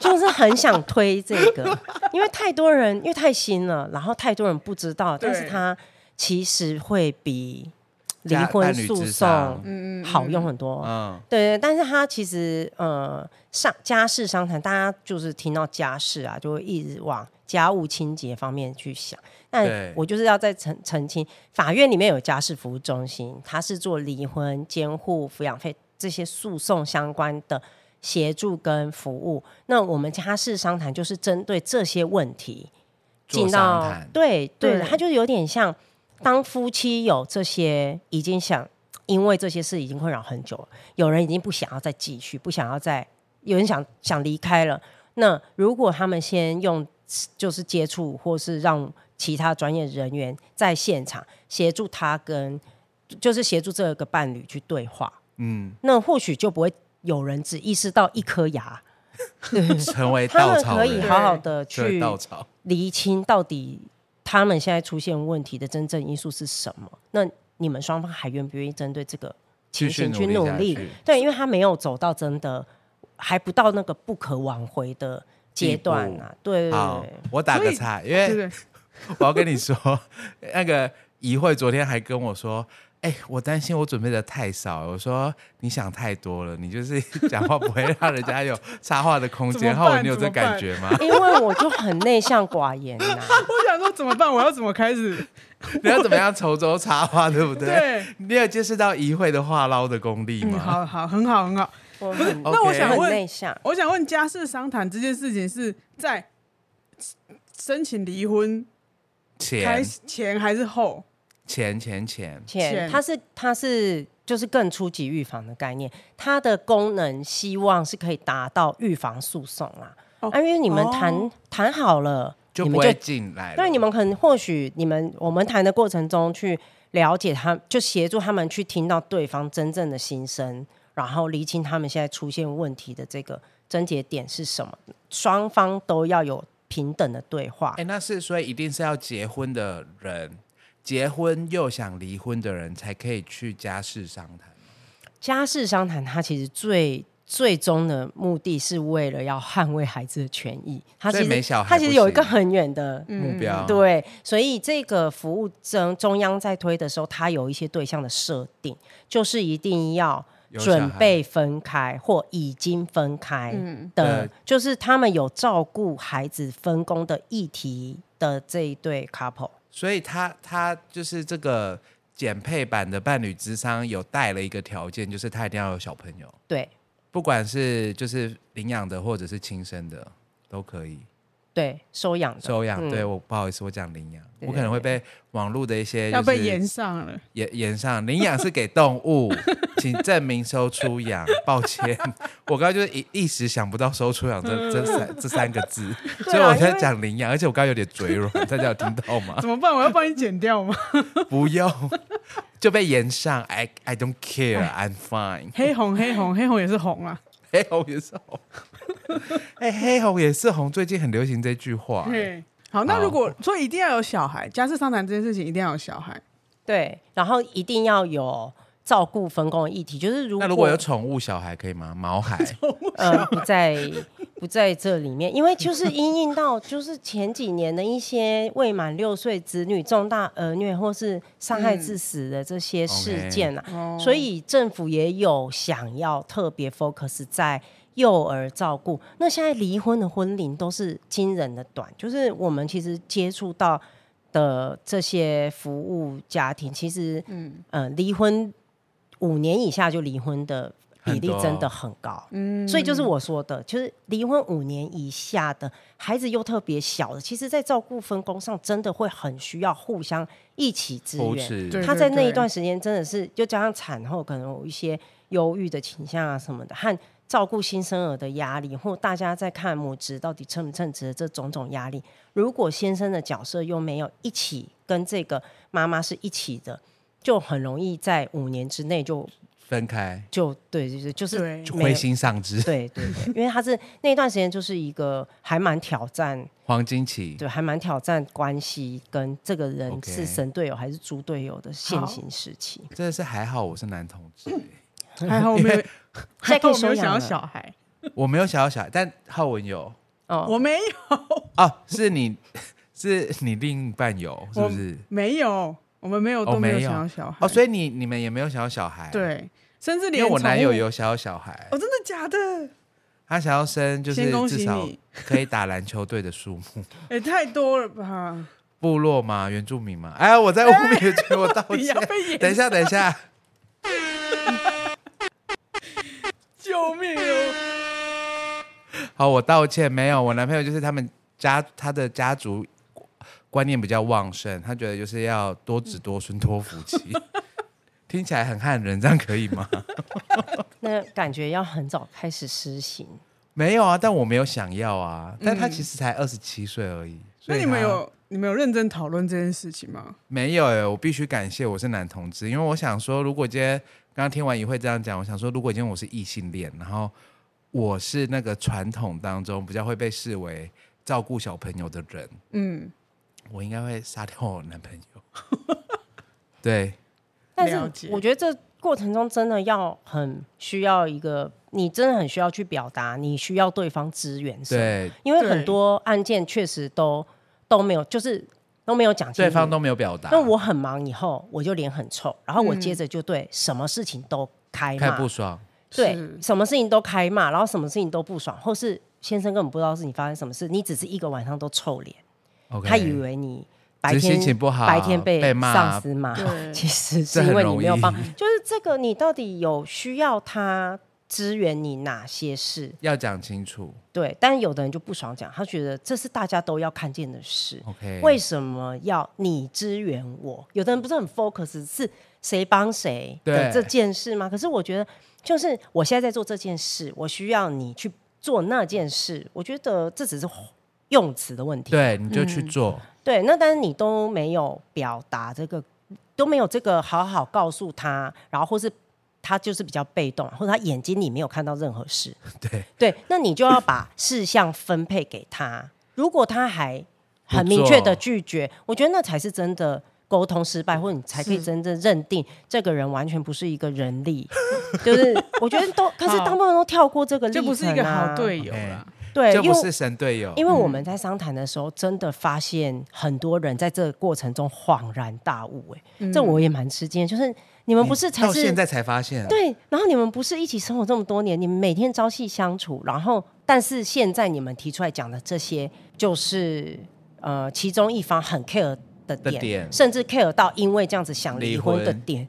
Speaker 4: 就是很想推这个，因为太多人，因为太新了，然后太多人不知道，
Speaker 3: 对
Speaker 4: 但是它其实会比离
Speaker 2: 家
Speaker 4: 婚
Speaker 2: 伴侣
Speaker 4: 诉
Speaker 2: 之上
Speaker 4: 讼
Speaker 3: 嗯嗯，
Speaker 4: 好用很多。
Speaker 2: 嗯，
Speaker 4: 对，但是它其实呃，上家事商谈，大家就是听到家事啊，就会一直往家务清洁方面去想。但
Speaker 2: 对
Speaker 4: 我就是要再澄澄清，法院里面有家事服务中心，它是做离婚、监护、抚养费这些诉讼相关的协助跟服务。那我们家事商谈就是针对这些问题，
Speaker 2: 做
Speaker 4: 进
Speaker 2: 商
Speaker 4: 到
Speaker 2: 谈，
Speaker 4: 对对，
Speaker 3: 对
Speaker 4: 它就有点像当夫妻有这些已经想，因为这些事已经困扰很久了，有人已经不想要再继续，不想要再，有人想想离开了。那如果他们先用就是接触，或是让其他专业人员在现场协助他跟，就是协助这个伴侣去对话，
Speaker 2: 嗯，
Speaker 4: 那或许就不会有人只意识到一颗牙，
Speaker 2: 成为
Speaker 4: 他
Speaker 2: 稻
Speaker 4: 们
Speaker 2: 哎草
Speaker 4: 可以
Speaker 2: 人，
Speaker 4: 好好的去
Speaker 2: 对稻草，
Speaker 4: 厘清到底他们现在出现问题的真正因素是什么。那你们双方还愿不愿意针对这个情
Speaker 2: 继续
Speaker 4: 形去
Speaker 2: 努
Speaker 4: 努
Speaker 2: 力下
Speaker 4: 力
Speaker 2: 去？
Speaker 4: 对，因为他没有走到真的，还不到那个不可挽回的阶段啊。对对
Speaker 2: 好
Speaker 4: 对，，
Speaker 2: 我打
Speaker 3: 所
Speaker 2: 个
Speaker 3: 以
Speaker 2: 岔，因
Speaker 3: 对
Speaker 2: 为
Speaker 3: 对，
Speaker 2: 我要跟你说，那个怡慧昨天还跟我说。哎、我担心我准备的太少。我说你想太多了，你就是 讲话不会让人家有插话的空
Speaker 3: 怎么
Speaker 2: 间。浩文，
Speaker 3: 办
Speaker 2: 你有
Speaker 3: 怎
Speaker 2: 这
Speaker 3: 么
Speaker 2: 感
Speaker 3: 办
Speaker 2: 觉吗？
Speaker 4: 因为我就很内向寡言啊呐、
Speaker 3: 我想说怎么办？我要怎么开始？
Speaker 2: 你要怎么样稠州插话，对不对？
Speaker 3: 对
Speaker 2: 你有见识到怡慧的话捞的功力
Speaker 3: 嗯，
Speaker 2: 吗？
Speaker 3: 好好，很好，很好。
Speaker 4: 我很
Speaker 2: 那 我想
Speaker 4: 很
Speaker 3: 问
Speaker 4: 内向，
Speaker 3: 我想问，家事商谈这件事情是在申请离婚开
Speaker 2: 钱
Speaker 3: 始前还是后？
Speaker 2: 钱钱钱，
Speaker 4: 钱，
Speaker 3: 钱
Speaker 4: 它是它是就是更初级预防的概念，它的功能希望是可以达到预防诉讼啦。
Speaker 3: 哦
Speaker 4: 啊，因为你们
Speaker 3: 哦
Speaker 4: 谈、谈好了，
Speaker 2: 就
Speaker 4: 你
Speaker 2: 不
Speaker 4: 们
Speaker 2: 会
Speaker 4: 就
Speaker 2: 进来了。
Speaker 4: 对你们可能或许你们我们谈的过程中去了解他，就协助他们去听到对方真正的心声，然后厘清他们现在出现问题的这个症结点是什么，双方都要有平等的对话
Speaker 2: 哎、。那是所以一定是要结婚的人，结婚又想离婚的人才可以去家事商谈。
Speaker 4: 家事商谈，它其实最最终的目的是为了要捍卫孩子的权益。它
Speaker 2: 所
Speaker 4: 其
Speaker 2: 以没
Speaker 4: 实
Speaker 2: 小孩
Speaker 4: 它其
Speaker 2: 不
Speaker 4: 实有一个
Speaker 2: 行哦
Speaker 4: 很远的。
Speaker 2: 目标
Speaker 4: 嗯对，所以这个服务中中央在推的时候，它有一些对象的设定，就是一定要
Speaker 2: 有小孩
Speaker 4: 准备分开或已经分开的，
Speaker 2: 呃
Speaker 4: 就是他们有照顾孩子分工的议题的这一对 couple。
Speaker 2: 所以他他就是这个减配版的伴侣之商有带了一个条件，就是他一定要有小朋友，
Speaker 4: 对
Speaker 2: 不管是就是领养的或者是亲生的都可以。
Speaker 4: 对，收养的
Speaker 2: 收养，
Speaker 4: 嗯
Speaker 2: 对我不好意思，我讲领养，
Speaker 4: 对
Speaker 2: 我可能会被网络的一些
Speaker 3: 要
Speaker 2: 就是
Speaker 3: 被延上 了，
Speaker 2: 延延上，领养是给动物，请证明收出养。抱歉，我刚刚就是一一时想不到收出养这这三这三个字，所以我在讲领养，而且我刚刚有点嘴软，大家有听到吗？
Speaker 3: 怎么办？我要帮你剪 掉吗？
Speaker 2: 不用，就被延上。I I don't care, I'm fine。
Speaker 3: 黑红，黑红，黑红也是红啊。
Speaker 2: 黑红也是红，哎，黑红也是红，最近很流行这句话。
Speaker 3: 对，好，那
Speaker 2: 哎好
Speaker 3: 如果说一定要有小孩，家事商谈这件事情一定要有 小孩，
Speaker 4: 对，然后一定要有照顾分工的议题，就是如果
Speaker 2: 那如果有宠物小孩可以吗？毛孩。
Speaker 4: 呃不在不在这里面，因为就是因应到就是前几年的一些未满六岁子女重大儿虐或是伤害致死的这些事件啊，
Speaker 3: 哦
Speaker 4: 所以政府也有想要特别 focus 在。幼儿照顾，那现在离婚的婚龄都是惊人的短，就是我们其实接触到的这些服务家庭，其实，嗯，呃，离婚五年以下就离婚的比
Speaker 2: 很
Speaker 4: 例
Speaker 2: 多
Speaker 4: 真的很高，嗯，所以就是我说的，就是离婚五年以下的孩子又特别小的，其实在照顾分工上真的会很需要互相一起支
Speaker 2: 扶
Speaker 4: 援，
Speaker 2: 持，
Speaker 3: 对
Speaker 4: 他在那一段时间真的是，就加上产后可能有一些忧郁的倾向啊什么的，和照顾新生儿的压力，或大家在看母职到底称不称职的这种种压力，如果先生的角色又没有一起跟这个妈妈是一起的，就很容易在五年之内就
Speaker 2: 分开，
Speaker 4: 就对，就是就是
Speaker 3: 对
Speaker 2: 就
Speaker 4: 没
Speaker 2: 灰
Speaker 4: 有。
Speaker 2: 心丧 志，
Speaker 4: 对对对，因为他是那段时间就是一个还蛮挑战
Speaker 2: 黄金期。
Speaker 4: 对，还蛮挑战关系跟这个人
Speaker 2: OK
Speaker 4: 是神队友还是猪队友的现行时期。
Speaker 2: 真的是还好，我是男同志，哎
Speaker 3: 还好我没有，
Speaker 4: 现在
Speaker 3: 还
Speaker 4: 可
Speaker 3: 好
Speaker 4: 以
Speaker 3: 我没有
Speaker 4: 收养
Speaker 3: 想
Speaker 4: 了
Speaker 3: 要小孩，
Speaker 2: 我没有想要小孩，但浩文有
Speaker 4: 哦，
Speaker 3: 我没有，
Speaker 2: 哦，是你， 是你另一半有，是不是？
Speaker 3: 没有，我们没有
Speaker 2: 哦
Speaker 3: 都没有
Speaker 2: 没有
Speaker 3: 想要小孩
Speaker 2: 哦，，所以你你们也没有想要小孩，，
Speaker 3: 对，甚至
Speaker 2: 因为
Speaker 3: 连
Speaker 2: 我男友
Speaker 3: 宠物，
Speaker 2: 有想要小孩
Speaker 3: 哦，，真的假的？
Speaker 2: 他想要生就是
Speaker 3: 先恭喜
Speaker 2: 至少
Speaker 3: 你
Speaker 2: 可以打篮球队的数目，
Speaker 3: 也哎太多了吧？
Speaker 2: 部落嘛，原住民嘛，哎，我在污 蔑区，我道
Speaker 3: 你要
Speaker 2: 歉，
Speaker 3: 被
Speaker 2: 等一
Speaker 3: 演，
Speaker 2: 下，等一下，
Speaker 4: 啊
Speaker 3: 救命哦！
Speaker 2: 好，我道歉，没有，我男朋友就是他们家他的家族观念比较旺盛，他觉得就是要多子多孙多福气， 听起来很汉人，这样可以吗？
Speaker 4: 那感觉要很早开始施行。
Speaker 2: 没有啊，但我没有想要啊，但他其实才二十七岁而已。所
Speaker 3: 嗯那
Speaker 2: 以
Speaker 3: 你们
Speaker 2: 他
Speaker 3: 有你们有认真讨论这件事情吗？
Speaker 2: 没有哎、我必须感谢我是男同志，因为我想说，如果今天刚刚听完也会这样讲，我想说，如果今天我是异性恋，然后我是那个传统当中比较会被视为照顾小朋友的人，
Speaker 3: 嗯，
Speaker 2: 我应该会 杀掉我男朋友。对，
Speaker 4: 但
Speaker 3: 了
Speaker 4: 是
Speaker 3: 解
Speaker 4: 我觉得这过程中真的要很需要一个，你真的很需要去表达，你需要对方支援什么。
Speaker 2: 对，
Speaker 4: 因为
Speaker 3: 对
Speaker 4: 很多案件确实都都没有，就是都没有讲清楚。
Speaker 2: 对方都没有表达，
Speaker 4: 那我很忙以后，我就脸很臭，然后我接着就对什么事情都开
Speaker 2: 太
Speaker 4: 骂，
Speaker 2: 不爽。
Speaker 4: 对
Speaker 3: 是
Speaker 4: 什么事情都开骂，然后什么事情都不爽，或是先生根本不知道是你发生什么事，你只是一个晚上都臭脸，
Speaker 2: OK，
Speaker 4: 他以为你白
Speaker 2: 只是
Speaker 4: 天
Speaker 2: 心情不好
Speaker 4: 白天被
Speaker 2: 被骂
Speaker 4: 上司骂，
Speaker 3: 对
Speaker 4: 其实
Speaker 2: 这 很
Speaker 4: 是因为你
Speaker 2: 容
Speaker 4: 没有
Speaker 2: 易
Speaker 4: 帮，就是这个你到底有需要他支援你哪些事？
Speaker 2: 要讲清楚。
Speaker 4: 对，但有的人就不爽讲，他觉得这是大家都要看见的事。
Speaker 2: OK，
Speaker 4: 为什么要你支援我？有的人不是很 focus 是谁帮谁的
Speaker 2: 对
Speaker 4: 这件事吗？可是我觉得，就是我现在在做这件事，我需要你去做那件事。我觉得这只是用词的问题。
Speaker 2: 对你就去做，
Speaker 4: 对，那但是你都没有表达这个，都没有这个好好告诉他，然后或是他就是比较被动，或者他眼睛里没有看到任何事。
Speaker 2: 对，
Speaker 4: 对，那你就要把事项分配给他。如果他还很
Speaker 2: 不
Speaker 4: 明确
Speaker 2: 做
Speaker 4: 的拒绝，我觉得那才是真的沟通失败，或者你才可以
Speaker 3: 是
Speaker 4: 真正认定这个人完全不是一个人力。 就是我觉得都，可是大部分都跳过这个历程、
Speaker 3: 就
Speaker 4: 啊，
Speaker 3: 不是一个好队友
Speaker 2: OK
Speaker 4: 哎
Speaker 3: 啦。
Speaker 4: 对，
Speaker 2: 就
Speaker 4: 因
Speaker 2: 不
Speaker 4: 为
Speaker 2: 是神队友。
Speaker 4: 因为我们在商谈的时候，真的发现很多人在这个过程中恍然大悟、哎、这我也蛮吃惊的，就是你们不是才
Speaker 2: 到
Speaker 4: 是
Speaker 2: 现在才发现，啊
Speaker 4: 对，然后你们不是一起生活这么多年，你们每天朝夕相处，然后但是现在你们提出来讲的这些，就是呃，其中一方很 care 的
Speaker 2: 的
Speaker 4: 点，
Speaker 2: 点
Speaker 4: 甚至 care 到因为这样子想
Speaker 2: 离
Speaker 4: 离婚的
Speaker 2: 婚
Speaker 4: 点，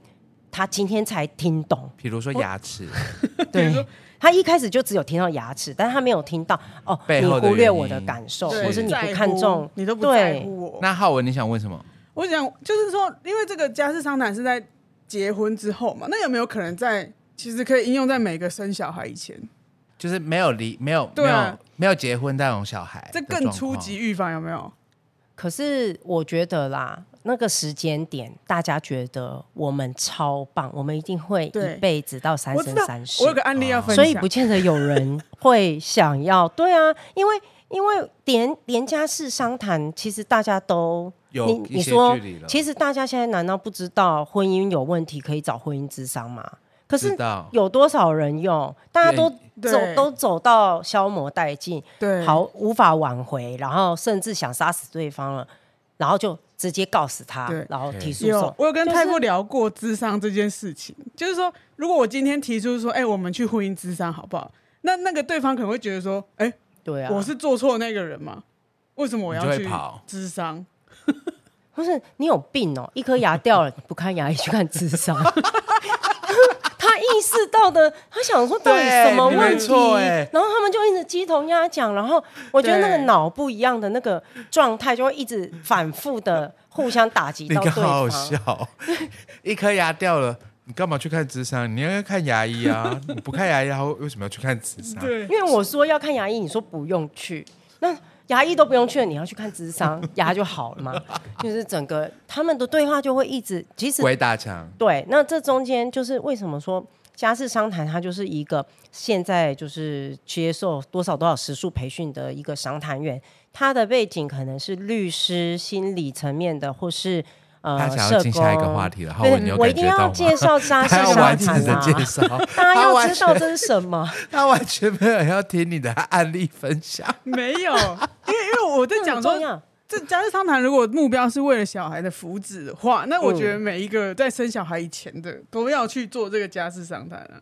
Speaker 4: 他今天才听懂。
Speaker 2: 比如说牙齿，
Speaker 4: 对，他一开始就只有听到牙齿，但是他没有听到哦，
Speaker 2: 背
Speaker 4: 你
Speaker 2: 后的
Speaker 4: 忽略
Speaker 2: 原
Speaker 4: 我的
Speaker 2: 因
Speaker 4: 感受，
Speaker 3: 对
Speaker 4: 或是你
Speaker 3: 在
Speaker 4: 不
Speaker 3: 乎
Speaker 4: 看重，
Speaker 3: 你都不在
Speaker 4: 对
Speaker 3: 乎我。
Speaker 2: 那浩文，你想问什么？
Speaker 3: 我想就是说，因为这个家事商谈是在结婚之后嘛，那有没有可能在其实可以应用在每个生小孩以前？
Speaker 2: 就是没有离，没有、
Speaker 3: 对啊
Speaker 2: 没有没有结婚但有小孩，
Speaker 3: 这更初级。预防有没有？
Speaker 4: 可是我觉得啦，那个时间点，大家觉得我们超棒，我们一定会
Speaker 3: 对
Speaker 4: 一辈子到三
Speaker 3: 我知
Speaker 4: 生
Speaker 3: 道
Speaker 4: 三，世
Speaker 3: 我有。个案例要分享，
Speaker 4: 所以不见得有人会想要，对啊，因为因为连连家事商谈，其实大家都
Speaker 2: 有
Speaker 4: 你
Speaker 2: 一
Speaker 4: 你
Speaker 2: 些
Speaker 4: 说
Speaker 2: 距离，了
Speaker 4: 其实大家现在难道不知道婚姻有问题可以找婚姻智商吗？可是
Speaker 2: 知道
Speaker 4: 有多少人用？大家都
Speaker 3: 对
Speaker 4: 走都走到消磨殆尽，
Speaker 3: 对，
Speaker 4: 好无法挽回，然后甚至想杀死对方了，然后就直接告死他
Speaker 3: 对，
Speaker 4: 然后提诉
Speaker 3: 有
Speaker 4: 讼，。
Speaker 3: 我有跟
Speaker 4: 就是
Speaker 3: 太傅聊过智商这件事情，就是说，如果我今天提出说，哎、我们去婚姻智商好不好？那那个对方可能会觉得说，哎、
Speaker 4: 对啊，
Speaker 3: 我是做错那个人吗？为什么我
Speaker 2: 你就
Speaker 3: 要
Speaker 2: 会
Speaker 3: 去
Speaker 2: 跑
Speaker 3: 智商？
Speaker 4: 不是你有病哦，一颗牙掉了，你不看牙医去看智 商。他意识到的，他想说到底
Speaker 2: 对
Speaker 4: 什么
Speaker 2: 你
Speaker 4: 问
Speaker 2: 没
Speaker 4: 题
Speaker 2: 错欸，
Speaker 4: 然后他们就一直鸡同鸭讲，然后我觉得那个
Speaker 3: 对
Speaker 4: 脑不一样的那个状态就会一直反复的互相打 击
Speaker 2: 你
Speaker 4: 到对
Speaker 2: 刚好好。
Speaker 4: 方
Speaker 2: 笑，一颗牙掉了，你干嘛去看智商？你应该看牙医啊！ 你不看牙医，然后为什么要去看智商？
Speaker 3: 对，
Speaker 4: 因为我说要看牙医，你说不用去，那牙医都不用去了，你要去看 智商，牙就好了嘛。就是整个他们的对话就会一直，即使
Speaker 2: 鬼打墙，
Speaker 4: 对，那这中间就是为什么说家事商谈，它就是一个现在就是接受多少多少时数培训的一个商谈员，他的背景可能是律师、心理层面的，或是。呃，
Speaker 2: 他想要
Speaker 4: 社
Speaker 2: 进下一个
Speaker 4: 工
Speaker 2: 话题了浩
Speaker 4: 对
Speaker 2: 文你有
Speaker 4: 我
Speaker 2: 感
Speaker 4: 一定
Speaker 2: 觉
Speaker 4: 要
Speaker 2: 到吗
Speaker 4: 介绍家 事
Speaker 2: 他要
Speaker 4: 商
Speaker 2: 完整
Speaker 4: 谈
Speaker 2: 的
Speaker 4: 啊！
Speaker 2: 介绍，
Speaker 4: 大家
Speaker 2: 他
Speaker 4: 要
Speaker 2: 完
Speaker 4: 知道
Speaker 2: 全
Speaker 4: 这是什么。
Speaker 2: 他完全没有要听你的案例分享。
Speaker 3: 没有，因为因为我在 讲
Speaker 4: 很
Speaker 3: 说
Speaker 4: 重，要，
Speaker 3: 这家事商谈如果目标是为了小孩的福祉的话，那我觉得
Speaker 4: 嗯
Speaker 3: 每一个在生小孩以前的都要去做这个家事商谈啊。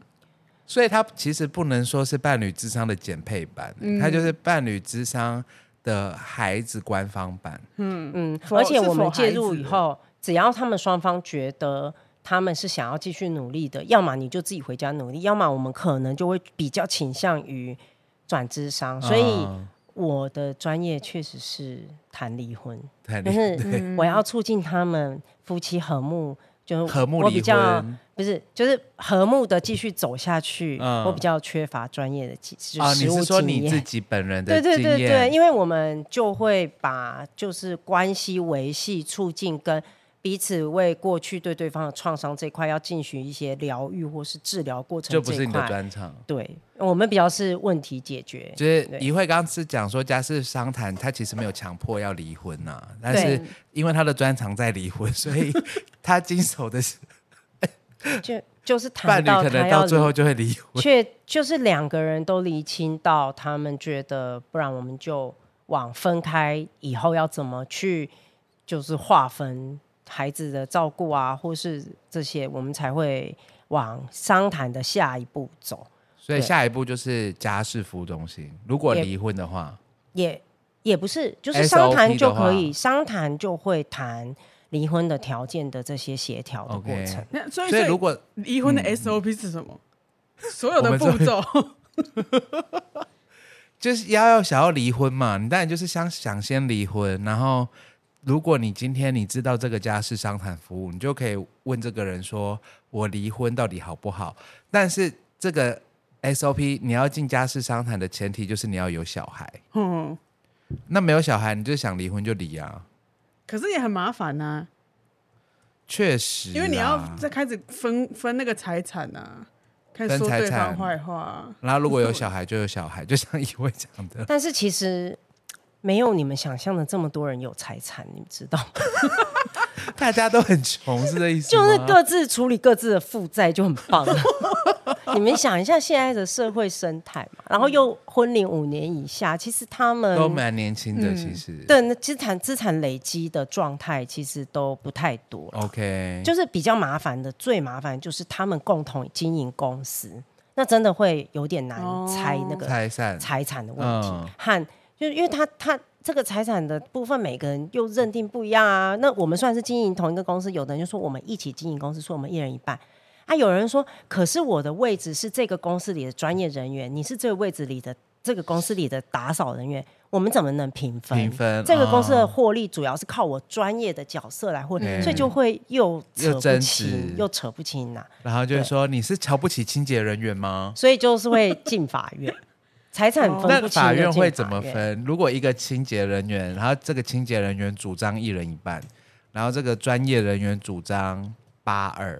Speaker 2: 所以他其实不能说是伴侣智商的减配版，
Speaker 3: 嗯
Speaker 2: 他就是伴侣智商的孩子官方版。
Speaker 4: 嗯，
Speaker 3: 否
Speaker 4: 而且
Speaker 3: 是
Speaker 4: 我们
Speaker 3: 否
Speaker 4: 介
Speaker 3: 孩
Speaker 4: 入
Speaker 3: 子
Speaker 4: 以
Speaker 3: 的
Speaker 4: 后，只要他们双方觉得他们是想要继续努力的，要么你就自己回家努力，要么我们可能就会比较倾向于转智商，所以
Speaker 2: 嗯
Speaker 4: 我的专业确实是谈 离婚，
Speaker 2: 太厉
Speaker 4: 但
Speaker 3: 嗯
Speaker 2: 害，
Speaker 4: 是我要促进他们夫妻和睦，就
Speaker 2: 和睦
Speaker 4: 我
Speaker 2: 离
Speaker 4: 比较
Speaker 2: 婚
Speaker 4: 不是就是和睦的继续走下去，
Speaker 2: 嗯
Speaker 4: 我比较缺乏专业的技，就
Speaker 2: 啊！
Speaker 4: 是实
Speaker 2: 你
Speaker 4: 务
Speaker 2: 是说
Speaker 4: 经
Speaker 2: 你自
Speaker 4: 验。
Speaker 2: 己本人的
Speaker 4: 对对
Speaker 2: 经
Speaker 4: 对
Speaker 2: 验？
Speaker 4: 对，因为我们就会把就是关系维系、促进跟彼此为过去对对方的创伤这块要进行一些疗愈或是治疗过程
Speaker 2: 就不
Speaker 4: 这
Speaker 2: 是你的
Speaker 4: 块。
Speaker 2: 专长。
Speaker 4: 对，我们比较是问题解决，
Speaker 2: 就是
Speaker 4: 对
Speaker 2: 怡慧刚刚是讲说家事商谈，她其实没有强迫要离婚呐、但
Speaker 4: 对
Speaker 2: 是因为她的专长在离婚，所 以她经手的
Speaker 4: 就就是
Speaker 2: 伴
Speaker 4: 谈
Speaker 2: 侣
Speaker 4: 到
Speaker 2: 可
Speaker 4: 他
Speaker 2: 能
Speaker 4: 要
Speaker 2: 到最后就会离婚。
Speaker 4: 却就是两个人都厘清到，他们觉得不然我们就往分开以后要怎么去，就是划分孩子的照顾啊，或是这些，我们才会往商谈的下一步走。
Speaker 2: 所以
Speaker 4: 对
Speaker 2: 下一步就是家事服务中心。如果
Speaker 4: 也
Speaker 2: 离婚的话，
Speaker 4: 也也不是，就是
Speaker 2: SOP
Speaker 4: 商谈就
Speaker 2: 的话
Speaker 4: 可以，商谈就会谈离婚的条件的这些协调的过
Speaker 2: OK
Speaker 4: 程。
Speaker 3: 那所以
Speaker 2: 所以如果嗯
Speaker 3: 离婚的 SOP 是 什么？所有
Speaker 2: 我
Speaker 3: 的
Speaker 2: 们
Speaker 3: 步
Speaker 2: 终于
Speaker 3: 骤
Speaker 2: 就是要要想要离婚嘛，你当然就是想想先离婚，然后如果你今天你知道这个家事商谈服务，你就可以问这个人说，我离婚到底好不好？但是这个 SOP 你要进家事商谈的前提就是你要有小孩，
Speaker 3: 嗯，
Speaker 2: 那没有小孩你就想离婚就离啊，
Speaker 3: 可是也很麻烦啊呐、
Speaker 2: 确实啦，啊
Speaker 3: 因为你要再开始分分那个财产呐、开始
Speaker 2: 分
Speaker 3: 说
Speaker 2: 财
Speaker 3: 对方
Speaker 2: 产
Speaker 3: 坏话啊。
Speaker 2: 然后如果有小孩就有小孩，就像一位讲的，
Speaker 4: 但是其实没有你们想象的这么多人有财产，你们知道吗？
Speaker 2: 大家都很穷是这意思
Speaker 4: 就
Speaker 2: 吗？
Speaker 4: 是各自处理各自的负债就很棒了。 你们想一下现在的社会生态嘛，然后又婚龄五年以下，其实他
Speaker 2: 都
Speaker 4: 们
Speaker 2: 蛮年轻的，其实、
Speaker 4: 的那资产资产累积的状态其实都不太多了。
Speaker 2: 哦 OK，
Speaker 4: 就是比较麻烦的，最麻烦就是他们共同经营公司，那真的会有点难
Speaker 3: 哦
Speaker 4: 拆那个
Speaker 2: 拆散
Speaker 4: 财产的问题，
Speaker 2: 嗯
Speaker 4: 和就是因为他他这个财产的部分，每个人又认定不一样啊。那我们算是经营同一个公司，有的人就说我们一起经营公司，说我们一人一半。啊，有人说，可是我的位置是这个公司里的专业人员，你是这个位置里的这个公司里的打扫人员，我们怎么能平分？
Speaker 2: 平分
Speaker 4: 这个公司的
Speaker 2: 哦
Speaker 4: 获利主要是靠我专业的角色来获利，
Speaker 2: 嗯
Speaker 4: 所以就会又扯
Speaker 2: 又
Speaker 4: 不
Speaker 2: 争
Speaker 4: 清
Speaker 2: 执，
Speaker 4: 又扯不清呐、
Speaker 2: 然后就会
Speaker 4: 对
Speaker 2: 说你是瞧不起清洁人员吗？
Speaker 4: 所以就是会进法院， 财产分不清
Speaker 2: 那
Speaker 4: 的
Speaker 2: 法院
Speaker 4: 进
Speaker 2: 会怎么
Speaker 4: 法院？
Speaker 2: 分？如果一个清洁人员，然后这个清洁人员主张一人一半，然后这个专业人员主张八二，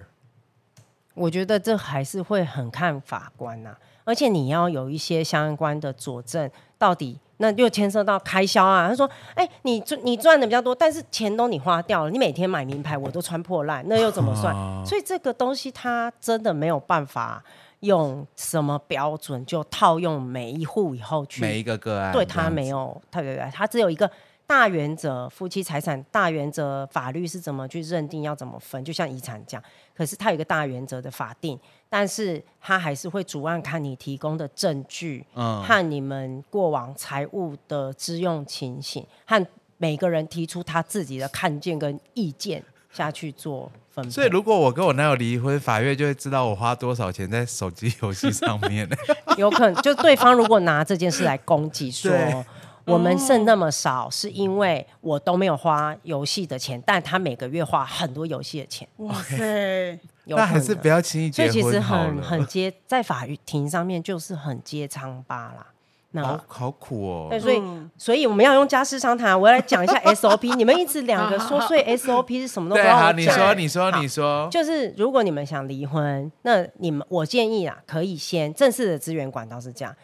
Speaker 4: 我觉得这还是会很看法官呐、而且你要有一些相关的佐证，到底那又牵涉到开销啊。他说：“哎、你赚你赚的比较多，但是钱都你花掉了，你每天买名牌我都穿破烂，那又怎么算？”所以这个东西它真的没有办法用什么标准就套用每一户以后去
Speaker 2: 每一个个案
Speaker 4: 对
Speaker 2: 这
Speaker 4: 他
Speaker 2: 样
Speaker 4: 没
Speaker 2: 子
Speaker 4: 有，他对对，他只有一个大原则，夫妻财产大原则，法律是怎么去认定要怎么分，就像遗产这样。可是他有一个大原则的法定，但是他还是会主案看你提供的证据，
Speaker 2: 嗯
Speaker 4: 和你们过往财务的支用情形，和每个人提出他自己的看见跟意见下去做分配。
Speaker 2: 所以，如果我跟我男友离婚，法院就会知道我花多少钱在手机游戏上 面。
Speaker 4: 有可能就对方如果拿这件事来攻击说
Speaker 2: 对。
Speaker 4: 我们剩那么少，是因为我都没有花游戏的钱，但他每个月花很多游戏的钱，
Speaker 3: 哇塞，
Speaker 4: 有可
Speaker 2: 那
Speaker 4: 能
Speaker 2: 还是不要轻易
Speaker 4: 所
Speaker 2: 结
Speaker 4: 以其实
Speaker 2: 婚好
Speaker 4: 很
Speaker 2: 了，
Speaker 4: 很接在法庭上面就是很接苍巴啦。那、
Speaker 2: 好好苦
Speaker 4: 对，
Speaker 2: 哦。
Speaker 4: 所以所以我们要用家事商谈，我要来讲一下 SOP。你们一直两个
Speaker 3: 好
Speaker 4: 说，
Speaker 3: 好好
Speaker 4: 所以 SOP 是什么都不
Speaker 2: 对，
Speaker 4: 让
Speaker 2: 好，
Speaker 4: 我
Speaker 2: 你
Speaker 4: 讲
Speaker 2: 说，你说，
Speaker 4: 好
Speaker 2: 你说，
Speaker 4: 就是如果你们想离婚，那你们我建议啊，可以先正式的资源管道是这样，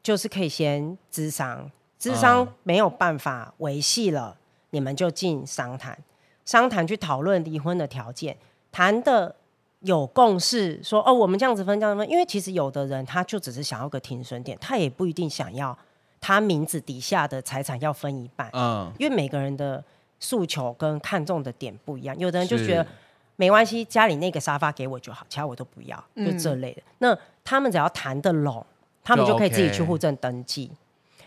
Speaker 4: 就是可以先咨商，咨商
Speaker 2: 嗯
Speaker 4: 没有办法维系了，你们就进商谈，商谈去讨论离婚的条件，谈的。有共识说哦，我们这样子分，这样子分，因为其实有的人他就只是想要个停损点，他也不一定想要他名字底下的财产要分一半，
Speaker 2: 嗯，
Speaker 4: 因为每个人的诉求跟看重的点不一样，有的人就是觉得没关系，家里那个沙发给我就好，其他我都不要，就这类的。那他们只要谈得拢，他们
Speaker 2: 就
Speaker 4: 就可以自己去
Speaker 2: OK
Speaker 4: 户政登记。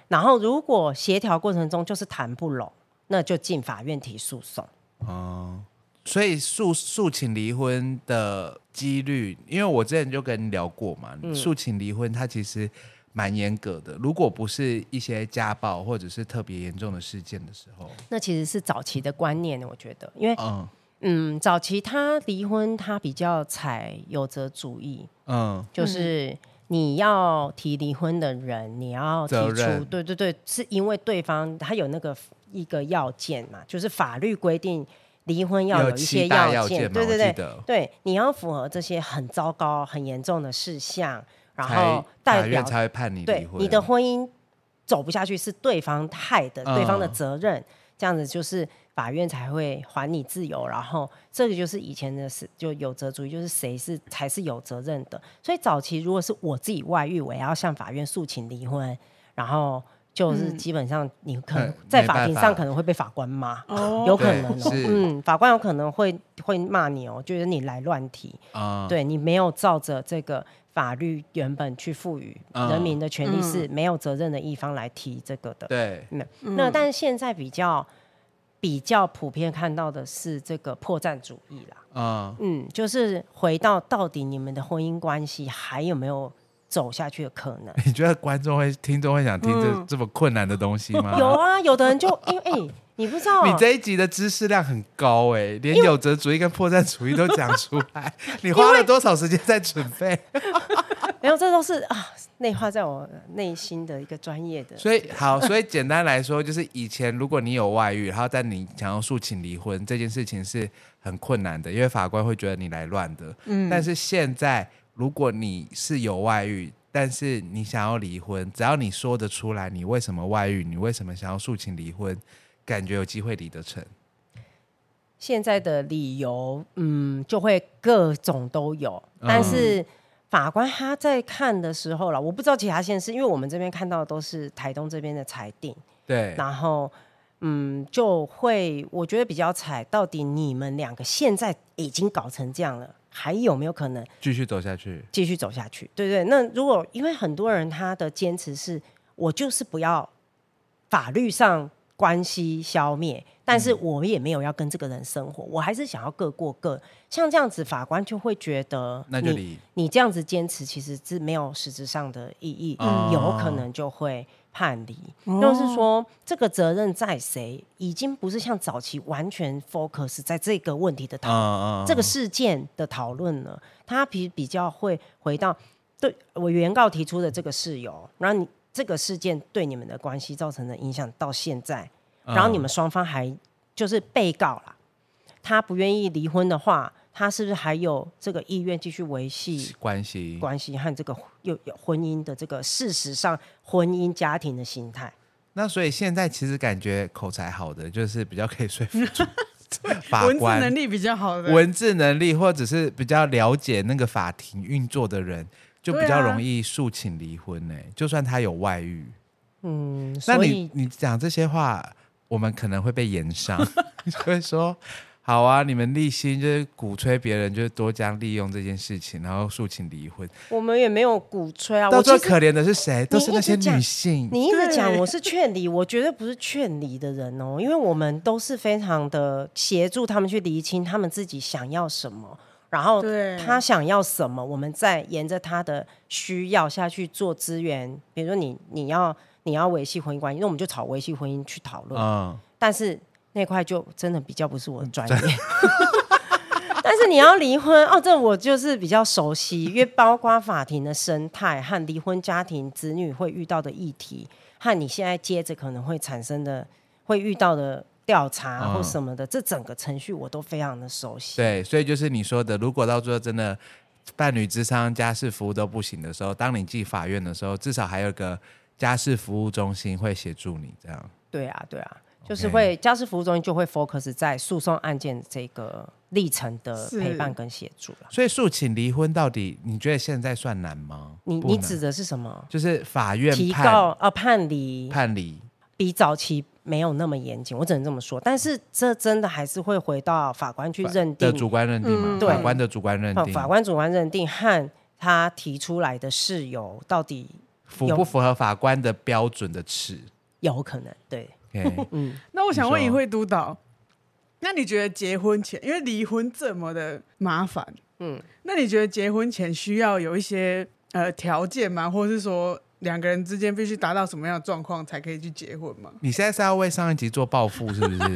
Speaker 4: 然后如果协调过程中就是谈不拢，那就进法院提诉讼。
Speaker 2: 哦，所以诉诉请离婚
Speaker 4: 嗯
Speaker 2: 的几率，因为我之前就跟你聊过嘛，诉请离婚它其实蛮严格的。如果不是一些家暴或者是特别严重的事件的时候，
Speaker 4: 那其实是早期的观念，我觉得，因为
Speaker 2: 嗯
Speaker 4: 嗯，早期他离婚，他比较采有责主义，
Speaker 2: 嗯，
Speaker 4: 就是你要提离婚的人，你要提
Speaker 2: 责
Speaker 4: 出
Speaker 2: 任，
Speaker 4: 对对对，是因为对方他有那个一个要件嘛，就是法律规定离婚要有一些
Speaker 2: 七大要
Speaker 4: 件，
Speaker 2: 嘛，
Speaker 4: 对对
Speaker 2: 我记
Speaker 4: 对
Speaker 2: 得。
Speaker 4: 对，你要符合这些很糟糕、很严重的事项，然
Speaker 2: 才
Speaker 4: 后代
Speaker 2: 法
Speaker 4: 表
Speaker 2: 院才会判你离
Speaker 4: 对
Speaker 2: 婚。
Speaker 4: 你的婚姻走不下去是对方害的，
Speaker 2: 嗯
Speaker 4: 对方的责任，这样子就是法院才会还你自由。然后这个就是以前的是就有责主义，就是谁是才是有责任的。所以早期如果是我自己外遇，我也要向法院诉请离婚，然后就是基本上你可能
Speaker 2: 嗯
Speaker 4: 在
Speaker 2: 没
Speaker 4: 法
Speaker 2: 办
Speaker 4: 庭
Speaker 2: 法
Speaker 4: 上可能会被法 官骂。
Speaker 3: 哦
Speaker 4: 有可能哦、
Speaker 2: 对是
Speaker 4: 嗯，法官有可能会会骂你哦，觉得你来乱提，
Speaker 2: 啊，
Speaker 4: 对你没有照着这个法律原本去赋予
Speaker 2: 嗯
Speaker 4: 人民的权利，是没有责任的一方来提这个的。
Speaker 2: 对，
Speaker 4: 那但是现在比较比较普遍看到的是这个破绽主义啦，
Speaker 2: 嗯
Speaker 4: 嗯，就是回到到底你们的婚姻关系还有没有走下去的可 能？
Speaker 2: 你觉得观众会、听众会想听这
Speaker 3: 嗯
Speaker 2: 这么困难的东西吗？
Speaker 4: 有啊，有的人就因为哎、你不知道
Speaker 2: 你这一集的知识量很高哎，连有责主义跟破绽主义都讲出来， 你花了多少时间在准备？
Speaker 4: 没有，这都是啊内化在我内心的一个专业的。
Speaker 2: 所以 好，所以简单来说，就是以前如果你有外遇，然后但你想要诉请离婚这件事情是很困难的，因为法官会觉得你来乱的。嗯，但是现在如果你是有外遇，但是你想要离婚，只要你说得出来，你为什么外遇，你为什么想要诉请离婚，感觉有机会离得成。
Speaker 4: 现在的理由，嗯，就会各种都有，
Speaker 2: 嗯
Speaker 4: 但是法官他在看的时候了，我不知道其他县市，因为我们这边看到的都是台东这边的裁定，
Speaker 2: 对，
Speaker 4: 然后嗯，就会我觉得比较踩到底你们两个现在已经搞成这样了，还有没有可能
Speaker 2: 继续走下去。
Speaker 4: 继续走下去？对不对，那如果因为很多人他的坚持是我就是不要法律上关系消灭，但是我也没有要跟这个人生活，我还是想要各过各。像这样子，法官就会觉得
Speaker 2: 那就
Speaker 4: 你
Speaker 2: 离
Speaker 4: 你这样子坚持其实是没有实质上的意义，
Speaker 2: 哦
Speaker 4: 有可能就会判离。
Speaker 3: 哦
Speaker 4: 就是说，这个责任在谁，已经不是像早期完全 focus 在这个问题的讨论。
Speaker 2: 嗯
Speaker 4: 这个事件的讨论呢，他比比较会回到对我原告提出的这个事由，然后你这个事件对你们的关系造成的影响到现在，
Speaker 2: 嗯
Speaker 4: 然后你们双方还就是被告啦，他不愿意离婚的话，他是不是还有这个意愿继续维系
Speaker 2: 关系，
Speaker 4: 关系和这个有有婚姻的这个事实上婚姻家庭的形态？
Speaker 2: 那所以现在其实感觉口才好的，就是比较可以说 服主法
Speaker 3: 文字
Speaker 2: 官
Speaker 3: 能力比较好的，
Speaker 2: 文字能力，或者是比较了解那个法庭运作的人，就比
Speaker 3: 对啊
Speaker 2: 较容易诉请离婚呢、就算他有外遇，
Speaker 4: 嗯，
Speaker 2: 那
Speaker 4: 啊所以
Speaker 2: 你你讲这些话，我们可能会被延 上，就会说。好啊，你们立心就是鼓吹别人，就是多加利用这件事情，然后诉请离婚。
Speaker 4: 我们也没有鼓吹啊，
Speaker 2: 到
Speaker 4: 我
Speaker 2: 最后
Speaker 4: 其实
Speaker 2: 可怜的是谁？都是
Speaker 4: 你
Speaker 2: 那
Speaker 4: 一直
Speaker 2: 些
Speaker 4: 讲
Speaker 2: 女性。
Speaker 4: 你一直讲
Speaker 3: 对
Speaker 4: 我是劝离，我绝对不是劝离的人哦，因为我们都是非常的协助他们去厘清他们自己想要什么，然后
Speaker 3: 对
Speaker 4: 他想要什么，我们再沿着他的需要下去做资源，比如说你你要你要维系婚姻关系，那我们就朝维系婚姻去讨论，
Speaker 2: 嗯，
Speaker 4: 但是那块就真的比较不是我的专业。 但是你要离婚哦，这我就是比较熟悉，因为包括法庭的生态和离婚家庭子女会遇到的议题，和你现在接着可能会产生的会遇到的调查
Speaker 2: 嗯
Speaker 4: 或什么的，这整个程序我都非常的熟悉。
Speaker 2: 对，所以就是你说的，如果到最后真的伴侣智商、家事服务都不行的时候，当你进法院的时候，至少还有个家事服务中心会协助你这样。
Speaker 4: 对啊，对啊，就是会家事服务中心就会 focus 在诉讼案件这个历程的
Speaker 3: 是
Speaker 4: 陪伴跟协助了。
Speaker 2: 所以诉请离婚到底，你觉得现在算难吗？
Speaker 4: 你
Speaker 2: 不
Speaker 4: 你
Speaker 2: 难
Speaker 4: 指的是什么？
Speaker 2: 就是法院
Speaker 4: 提告
Speaker 2: 判
Speaker 4: 啊、判离
Speaker 2: 判离，
Speaker 4: 比早期没有那么严谨，我只能这么说。但是这真的还是会回到法官去认
Speaker 2: 的，
Speaker 4: 定
Speaker 2: 主观认定嘛？
Speaker 3: 嗯
Speaker 4: 对
Speaker 2: 法官的主观认
Speaker 4: 呃
Speaker 2: 定，
Speaker 4: 法官主观认定和他提出来的事由到底
Speaker 2: 符
Speaker 4: 有
Speaker 2: 不符合法官的标准的 尺
Speaker 4: 有可能对，
Speaker 2: ？OK，
Speaker 4: 嗯，
Speaker 3: 那我想问
Speaker 2: 你
Speaker 3: 一
Speaker 2: 说
Speaker 3: 慧督导，那你觉得结婚前，因为离婚这么的麻烦，嗯，那你觉得结婚前需要有一些呃条件吗？或者是说两个人之间必须达到什么样的状况才可以去结婚吗？
Speaker 2: 你现在是要为上一集做报复是不 是？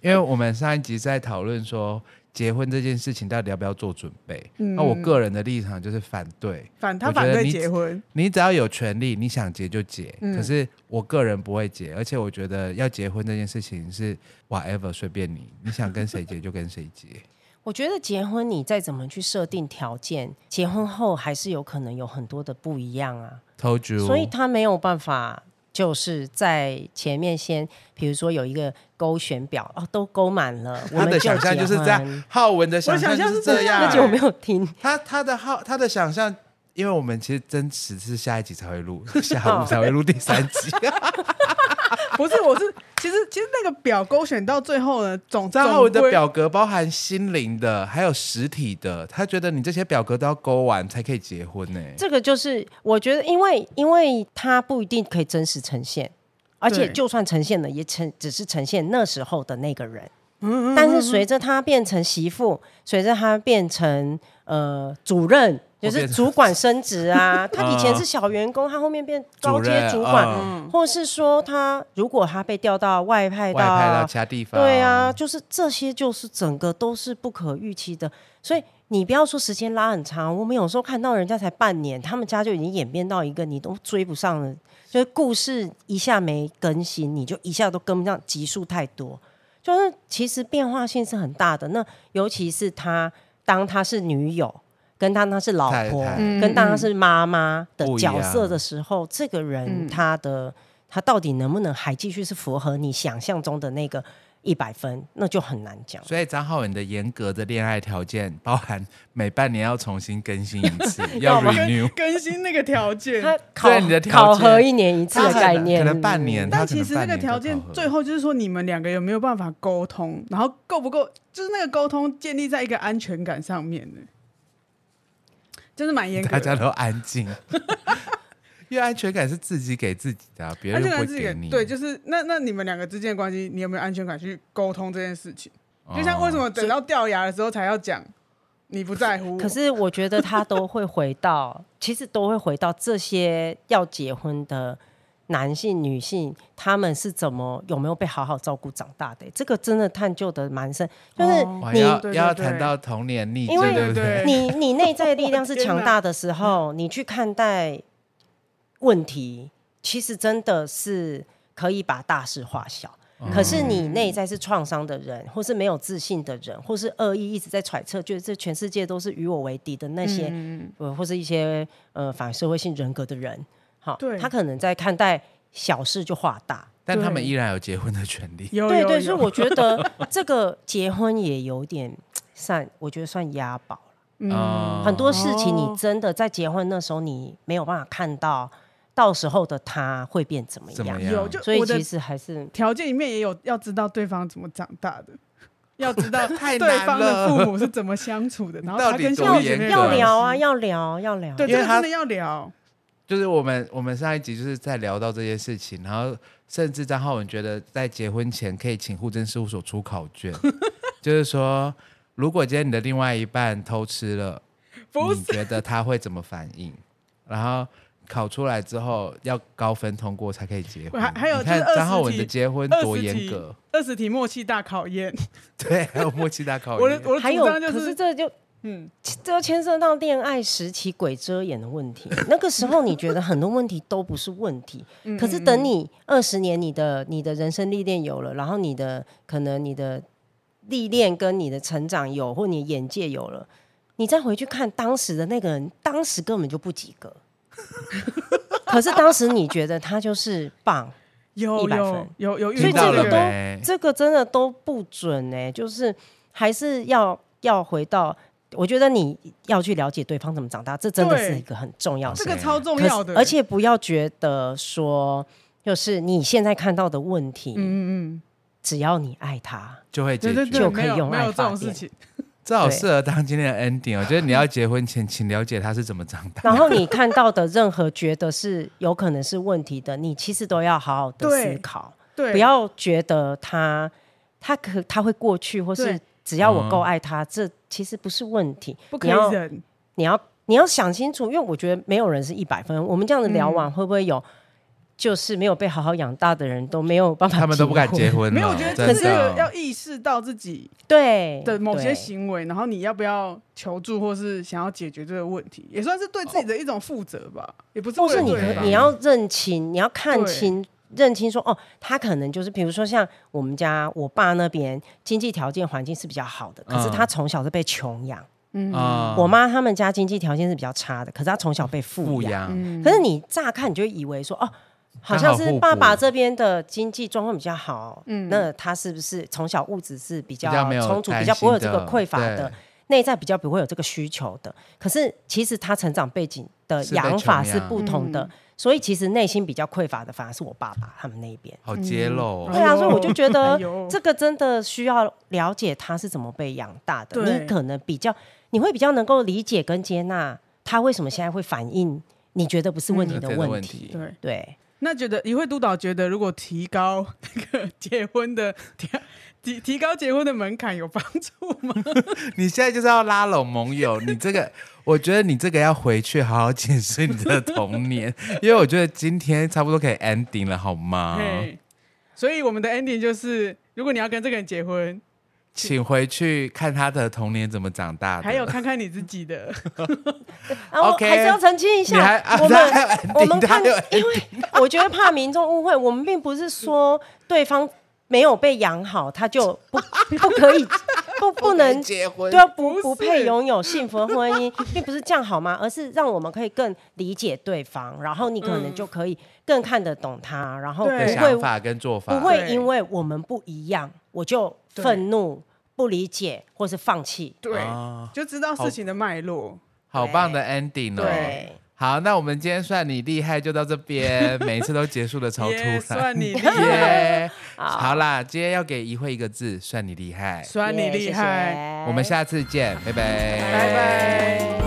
Speaker 2: 因为我们上一集在讨论说结婚这件事情到底要不要做准备，
Speaker 4: 嗯
Speaker 2: 那、我个人的立场就是反对。
Speaker 3: 反他
Speaker 2: 我觉
Speaker 3: 反
Speaker 2: 得
Speaker 3: 对
Speaker 2: 你
Speaker 3: 结婚，
Speaker 2: 你只要有权利，你想结就结。
Speaker 3: 嗯
Speaker 2: 可是我个人不会结，而且我觉得要结婚这件事情是 whatever 随便你，你想跟谁结就跟谁 结。
Speaker 4: 我觉得结婚你再怎么去设定条件，结婚后还是有可能有很多的不一样啊。
Speaker 2: Told you，
Speaker 4: 所以他没有办法，就是在前面先，比如说有一个勾选表哦，都勾满了，我
Speaker 2: 他
Speaker 4: 们
Speaker 2: 的
Speaker 4: 就
Speaker 2: 想象
Speaker 4: 结
Speaker 2: 就是这样
Speaker 4: 婚。，
Speaker 2: 浩文的想
Speaker 3: 我
Speaker 2: 象
Speaker 3: 想象
Speaker 2: 就是
Speaker 3: 是这
Speaker 2: 这样。
Speaker 3: 样
Speaker 4: 那集我没有听，
Speaker 2: 他他的好，他的想象，因为我们其实真实是下一集才会 录，下午才会录第三集。
Speaker 3: 不是，我是 其实其实那个表勾选到最后呢，总
Speaker 2: 张浩文的
Speaker 3: 总归
Speaker 2: 表格包含心灵的，还有实体的，他觉得你这些表格都要勾完才可以结婚呢、
Speaker 4: 这个就是我觉得，因为因为它不一定可以真实呈现，而且
Speaker 3: 对
Speaker 4: 就算呈现了，也呈只是呈现那时候的那个人。
Speaker 2: 嗯
Speaker 4: 但是随着她变成媳妇，随着她变成呃主任，就
Speaker 2: 哦变
Speaker 4: 是
Speaker 2: 成
Speaker 4: 主管升职 啊，她以前
Speaker 2: 啊
Speaker 4: 是小员工，她后面变高
Speaker 2: 主任
Speaker 4: 阶主管，
Speaker 2: 嗯
Speaker 4: 或是说她如果她被调到外派到
Speaker 2: 外派到其他地方，
Speaker 4: 对啊，，就是这些，就是整个都是不可预期的，所以你不要说时间拉很长，我们有时候看到人家才半年，他们家就已经演变到一个你都追不上了，就是故事一下没更新，你就一下都跟不上，集数太多，就是其实变化性是很大的。那尤其是她当她是女友，跟当她是老
Speaker 2: 太
Speaker 4: 婆，
Speaker 2: 太
Speaker 4: 跟当她是妈妈的
Speaker 2: 不一
Speaker 4: 角色
Speaker 2: 样
Speaker 4: 的时候，这个人
Speaker 3: 嗯
Speaker 4: 他的、他到底能不能还继续是符合你想象中的那个一百分，那就很难讲。
Speaker 2: 所以张浩文的严格的恋爱条件包含每半年要重新更新一 次，要 renew
Speaker 3: 更。更新那个条件。
Speaker 4: 他考
Speaker 2: 对你的条
Speaker 4: 考
Speaker 2: 件
Speaker 4: 核一年一次
Speaker 2: 他
Speaker 4: 的
Speaker 2: 可能
Speaker 4: 概念，
Speaker 2: 可能半年，
Speaker 3: 但
Speaker 2: 他可能
Speaker 3: 其实那
Speaker 2: 半
Speaker 3: 个
Speaker 2: 年就
Speaker 3: 条件
Speaker 2: 考核
Speaker 3: 最后就是说，你们两个有没有办法沟通，然后够不够，就是那个沟通建立在一个安全感上面的，真的蛮严格
Speaker 2: 大家
Speaker 3: 的。
Speaker 2: 都安静， 因为安全感是自己给自己的啊、别
Speaker 3: 安
Speaker 2: 人
Speaker 3: 全
Speaker 2: 又不
Speaker 3: 感
Speaker 2: 会
Speaker 3: 是一
Speaker 2: 给
Speaker 3: 个
Speaker 2: 你。
Speaker 3: 对，就是那那你们两个之间的关系，你有没有安全感去沟通这件事情？
Speaker 2: 哦
Speaker 3: 就像为什么等到掉牙的时候才要讲你不在乎我？
Speaker 4: 可是我觉得他都会回到，其实都会回到这些要结婚的男性、女性，他们是怎么有没有被好好照顾长大的、这个真的探究的蛮深，就是
Speaker 3: 哦
Speaker 2: 哇
Speaker 4: 你、
Speaker 2: 要
Speaker 3: 对对
Speaker 2: 要
Speaker 3: 对
Speaker 2: 谈到童年逆境，
Speaker 4: 因为
Speaker 2: 对不
Speaker 3: 对
Speaker 2: 对？
Speaker 3: 嗯
Speaker 4: 你你内在力量 是强大的时候，你去看待问题，其实真的是可以把大事化小。
Speaker 2: 嗯
Speaker 4: 可是你内在是创伤的人，或是没有自信的人，或是恶意一直在揣测，觉得这全世界都是与我为敌的那
Speaker 3: 嗯
Speaker 4: 些，呃，或是一些呃反社会性人格的人，好
Speaker 3: 对，
Speaker 4: 他可能在看待小事就化大，
Speaker 2: 但他们
Speaker 3: 对
Speaker 2: 依然有结婚的权利。
Speaker 3: 有
Speaker 4: 对
Speaker 3: 有
Speaker 4: 对，
Speaker 3: 有
Speaker 4: 所以我 觉得这个结婚也有点算，我觉得算押宝了。
Speaker 2: 嗯，
Speaker 4: 很多事情
Speaker 3: 哦
Speaker 4: 你真的在结婚那时候你没有办法看到，到时候的他会变怎么
Speaker 2: 怎么
Speaker 4: 样。
Speaker 2: 样？
Speaker 3: 有就
Speaker 4: 所以
Speaker 3: 我的
Speaker 4: 其实还是
Speaker 3: 条件里面也有要知道对方怎么长大的，要知道
Speaker 2: 太
Speaker 3: 对
Speaker 2: 难
Speaker 3: 方的
Speaker 2: 了
Speaker 3: 父母是怎么相处的，然后
Speaker 2: 到
Speaker 3: 他
Speaker 2: 底
Speaker 3: 跟
Speaker 2: 多
Speaker 3: 兄弟姐
Speaker 2: 严格
Speaker 3: 妹的
Speaker 4: 要
Speaker 3: 关系
Speaker 4: 聊啊，要聊，要聊。
Speaker 3: 对，
Speaker 2: 因为
Speaker 3: 这个
Speaker 2: 他
Speaker 3: 真的要聊，
Speaker 2: 就是我们我们上一集就是在聊到这些事情，然后甚至张浩文觉得在结婚前可以请户政事务所出考 卷，就是说如果今天你的另外一半偷吃了，
Speaker 3: 不
Speaker 2: 你
Speaker 3: 是
Speaker 2: 觉得他会怎么反应？然后考出来之后要高分通过才可以结婚。
Speaker 3: 还还有
Speaker 2: 你
Speaker 3: 就是
Speaker 2: 看
Speaker 3: 20
Speaker 2: 张浩文
Speaker 3: 题
Speaker 2: 的结婚
Speaker 3: 二
Speaker 2: 多
Speaker 3: 十
Speaker 2: 严
Speaker 3: 题
Speaker 2: 格，
Speaker 3: 二十题默契大考验。
Speaker 2: 对，还有默契大考验。
Speaker 3: 我的我的
Speaker 4: 还
Speaker 3: 主
Speaker 4: 有，
Speaker 3: 张就
Speaker 4: 可是这就。嗯，这就牵涉到恋爱时期鬼遮眼的问题。那个时候你觉得很多问题都不是问题，
Speaker 3: 嗯
Speaker 4: 可是等你二十年，你的你的人生历练有了，然后你的可能你的历练跟你的成长有，或你的眼界有了，你再回去看当时的那个人，当时根本就不及格。 可是当时你觉得他就是棒，
Speaker 3: 有
Speaker 4: 100
Speaker 3: 有
Speaker 4: 分
Speaker 3: 有有遇
Speaker 4: 所以
Speaker 2: 听到
Speaker 3: 到
Speaker 4: 这
Speaker 2: 了
Speaker 4: 个
Speaker 3: 的人，
Speaker 2: 没？
Speaker 4: 这个真的都不准哎、就是还是要要回到，我觉得你要去了解对方怎么长大，这真的
Speaker 3: 对
Speaker 4: 是一个很重要的
Speaker 3: 这
Speaker 4: 事。
Speaker 3: 个超重
Speaker 4: 可是
Speaker 3: 要的，
Speaker 4: 而且不要觉得说，就是你现在看到的问题，
Speaker 3: 嗯嗯
Speaker 4: 只要你爱 他，
Speaker 2: 就会解决。
Speaker 3: 嗯，对对对，
Speaker 4: 就可以
Speaker 3: 没有
Speaker 4: 用
Speaker 3: 没
Speaker 4: 爱
Speaker 3: 有这
Speaker 4: 发
Speaker 3: 种事
Speaker 4: 电
Speaker 3: 情，
Speaker 2: 这好
Speaker 4: 对
Speaker 2: 适合当今天的 ending 哦，就是你要结婚前，请了解他是怎么长大。
Speaker 4: 然 后你看到的任何觉得是有可能是问题的，你其实都要好好的
Speaker 3: 对
Speaker 4: 思考。
Speaker 3: 对，
Speaker 4: 不要觉得他他可他会过去，或是
Speaker 3: 对
Speaker 4: 只要我
Speaker 2: 嗯
Speaker 4: 够爱他，这其实不是问题。
Speaker 3: 不
Speaker 4: 你
Speaker 3: 可以
Speaker 4: 要
Speaker 3: 忍，
Speaker 4: 你要你要想清楚，因为我觉得没有人是一百分。我们这样子聊
Speaker 3: 嗯
Speaker 4: 完，会不会有就是没有被好好养大的人都没有办法，
Speaker 2: 他们都不敢结。婚了，哦
Speaker 3: 没有，我觉得
Speaker 2: 真
Speaker 3: 只是
Speaker 2: 的
Speaker 3: 要意识到自己
Speaker 4: 对
Speaker 3: 的某些
Speaker 4: 对
Speaker 3: 行为，然后你要不要求助，或是想要解决这个问题，也算是对自己的一种负责吧，也不是
Speaker 4: 或
Speaker 3: 为
Speaker 4: 是
Speaker 3: 了
Speaker 4: 你
Speaker 3: 对人吧
Speaker 4: 你要认清，你要看
Speaker 3: 对
Speaker 4: 清。认清说哦，他可能就是，比如说像我们家我爸那边经济条件环境是比较好的，可是
Speaker 2: 嗯
Speaker 4: 他从小是被穷养。
Speaker 3: 嗯
Speaker 2: 啊
Speaker 4: 我妈他们家经济条件是比较差的，可是他从小被富
Speaker 2: 富
Speaker 4: 养。
Speaker 2: 养，
Speaker 3: 嗯
Speaker 4: 可是你乍看你就会以为说哦，好
Speaker 2: 刚
Speaker 4: 像
Speaker 2: 好
Speaker 4: 是
Speaker 2: 互补
Speaker 4: 爸爸这边的经济状况比较好，
Speaker 3: 嗯
Speaker 4: 那他是不是从小物质是比较
Speaker 2: 比较没有
Speaker 4: 充足，
Speaker 2: 担
Speaker 4: 比
Speaker 2: 心
Speaker 4: 较不会有这个
Speaker 2: 的
Speaker 4: 匮乏的
Speaker 2: 对，
Speaker 4: 内在比较不会有这个需求的？可是其实他成长背景的
Speaker 2: 是被
Speaker 4: 养法
Speaker 2: 穷
Speaker 4: 是
Speaker 2: 养
Speaker 4: 不同的，
Speaker 3: 嗯
Speaker 4: 所以其实内心比较匮乏的反而是我爸爸他们那一边。
Speaker 2: 好揭露哦
Speaker 3: 嗯
Speaker 4: 对啊，所以我就觉得
Speaker 3: 哎呦
Speaker 4: 这个真的需要了解他是怎么被养大的。
Speaker 3: 对
Speaker 4: 你可能比较，你会比较能够理解跟接纳他为什么现在会反应你觉得不是问
Speaker 2: 这
Speaker 4: 你的
Speaker 2: 个
Speaker 4: 问
Speaker 2: 问
Speaker 4: 题。
Speaker 2: 题，
Speaker 3: 对，
Speaker 4: 对，
Speaker 3: 那觉得李慧督导觉得，如果提高 那个结婚的提提提高结婚的门槛有帮助吗？
Speaker 2: 你现在就是要拉拢盟 友，你这个，我觉得你这个要回去好好检视你的童 年，因为我觉得今天差不多可以 ending 了，好吗？
Speaker 3: 嘿所以我们的 ending 就是，如果你要跟这个人结婚，
Speaker 2: 请回去看他的童年怎么长大的，
Speaker 3: 还有看看你自己的，
Speaker 4: 然后
Speaker 2: OK
Speaker 4: 还是要澄清一
Speaker 2: 你还
Speaker 4: 下
Speaker 2: 啊，
Speaker 4: 我
Speaker 2: 他还
Speaker 4: 们
Speaker 2: 有
Speaker 4: 我们
Speaker 2: ending，他
Speaker 4: 看，
Speaker 2: 还有
Speaker 4: 因为我觉得怕民众误会，我们并不是说对方没有被养好，他就不 不可以不不能
Speaker 2: 结婚
Speaker 4: 对啊，不
Speaker 3: 不
Speaker 4: 不
Speaker 3: 是
Speaker 4: 配拥有幸福的婚姻，并不是这样好吗？而是让我们可以更理解对方，然后你可能就可以更看得懂他，然后不
Speaker 3: 对
Speaker 2: 的
Speaker 4: 会
Speaker 2: 嗯想法跟做法，
Speaker 4: 不会
Speaker 3: 对
Speaker 4: 因为我们不一样，我就
Speaker 3: 对
Speaker 4: 愤怒、不理解或是放弃。
Speaker 3: 对，
Speaker 2: 啊
Speaker 3: 就知道事情的脉络。
Speaker 2: 好棒的 ending 哦。
Speaker 4: 对，
Speaker 2: 好，那我们今天算你厉害，就到这边，每一次都结束的超突
Speaker 3: 耶
Speaker 2: 然，
Speaker 3: 算你厉
Speaker 2: 害。 好啦，今天要给一慧一个啊字，算你厉害。
Speaker 3: 虽然你
Speaker 4: 耶
Speaker 3: 厉害，，
Speaker 2: 我们下次见，拜拜，
Speaker 3: 拜拜。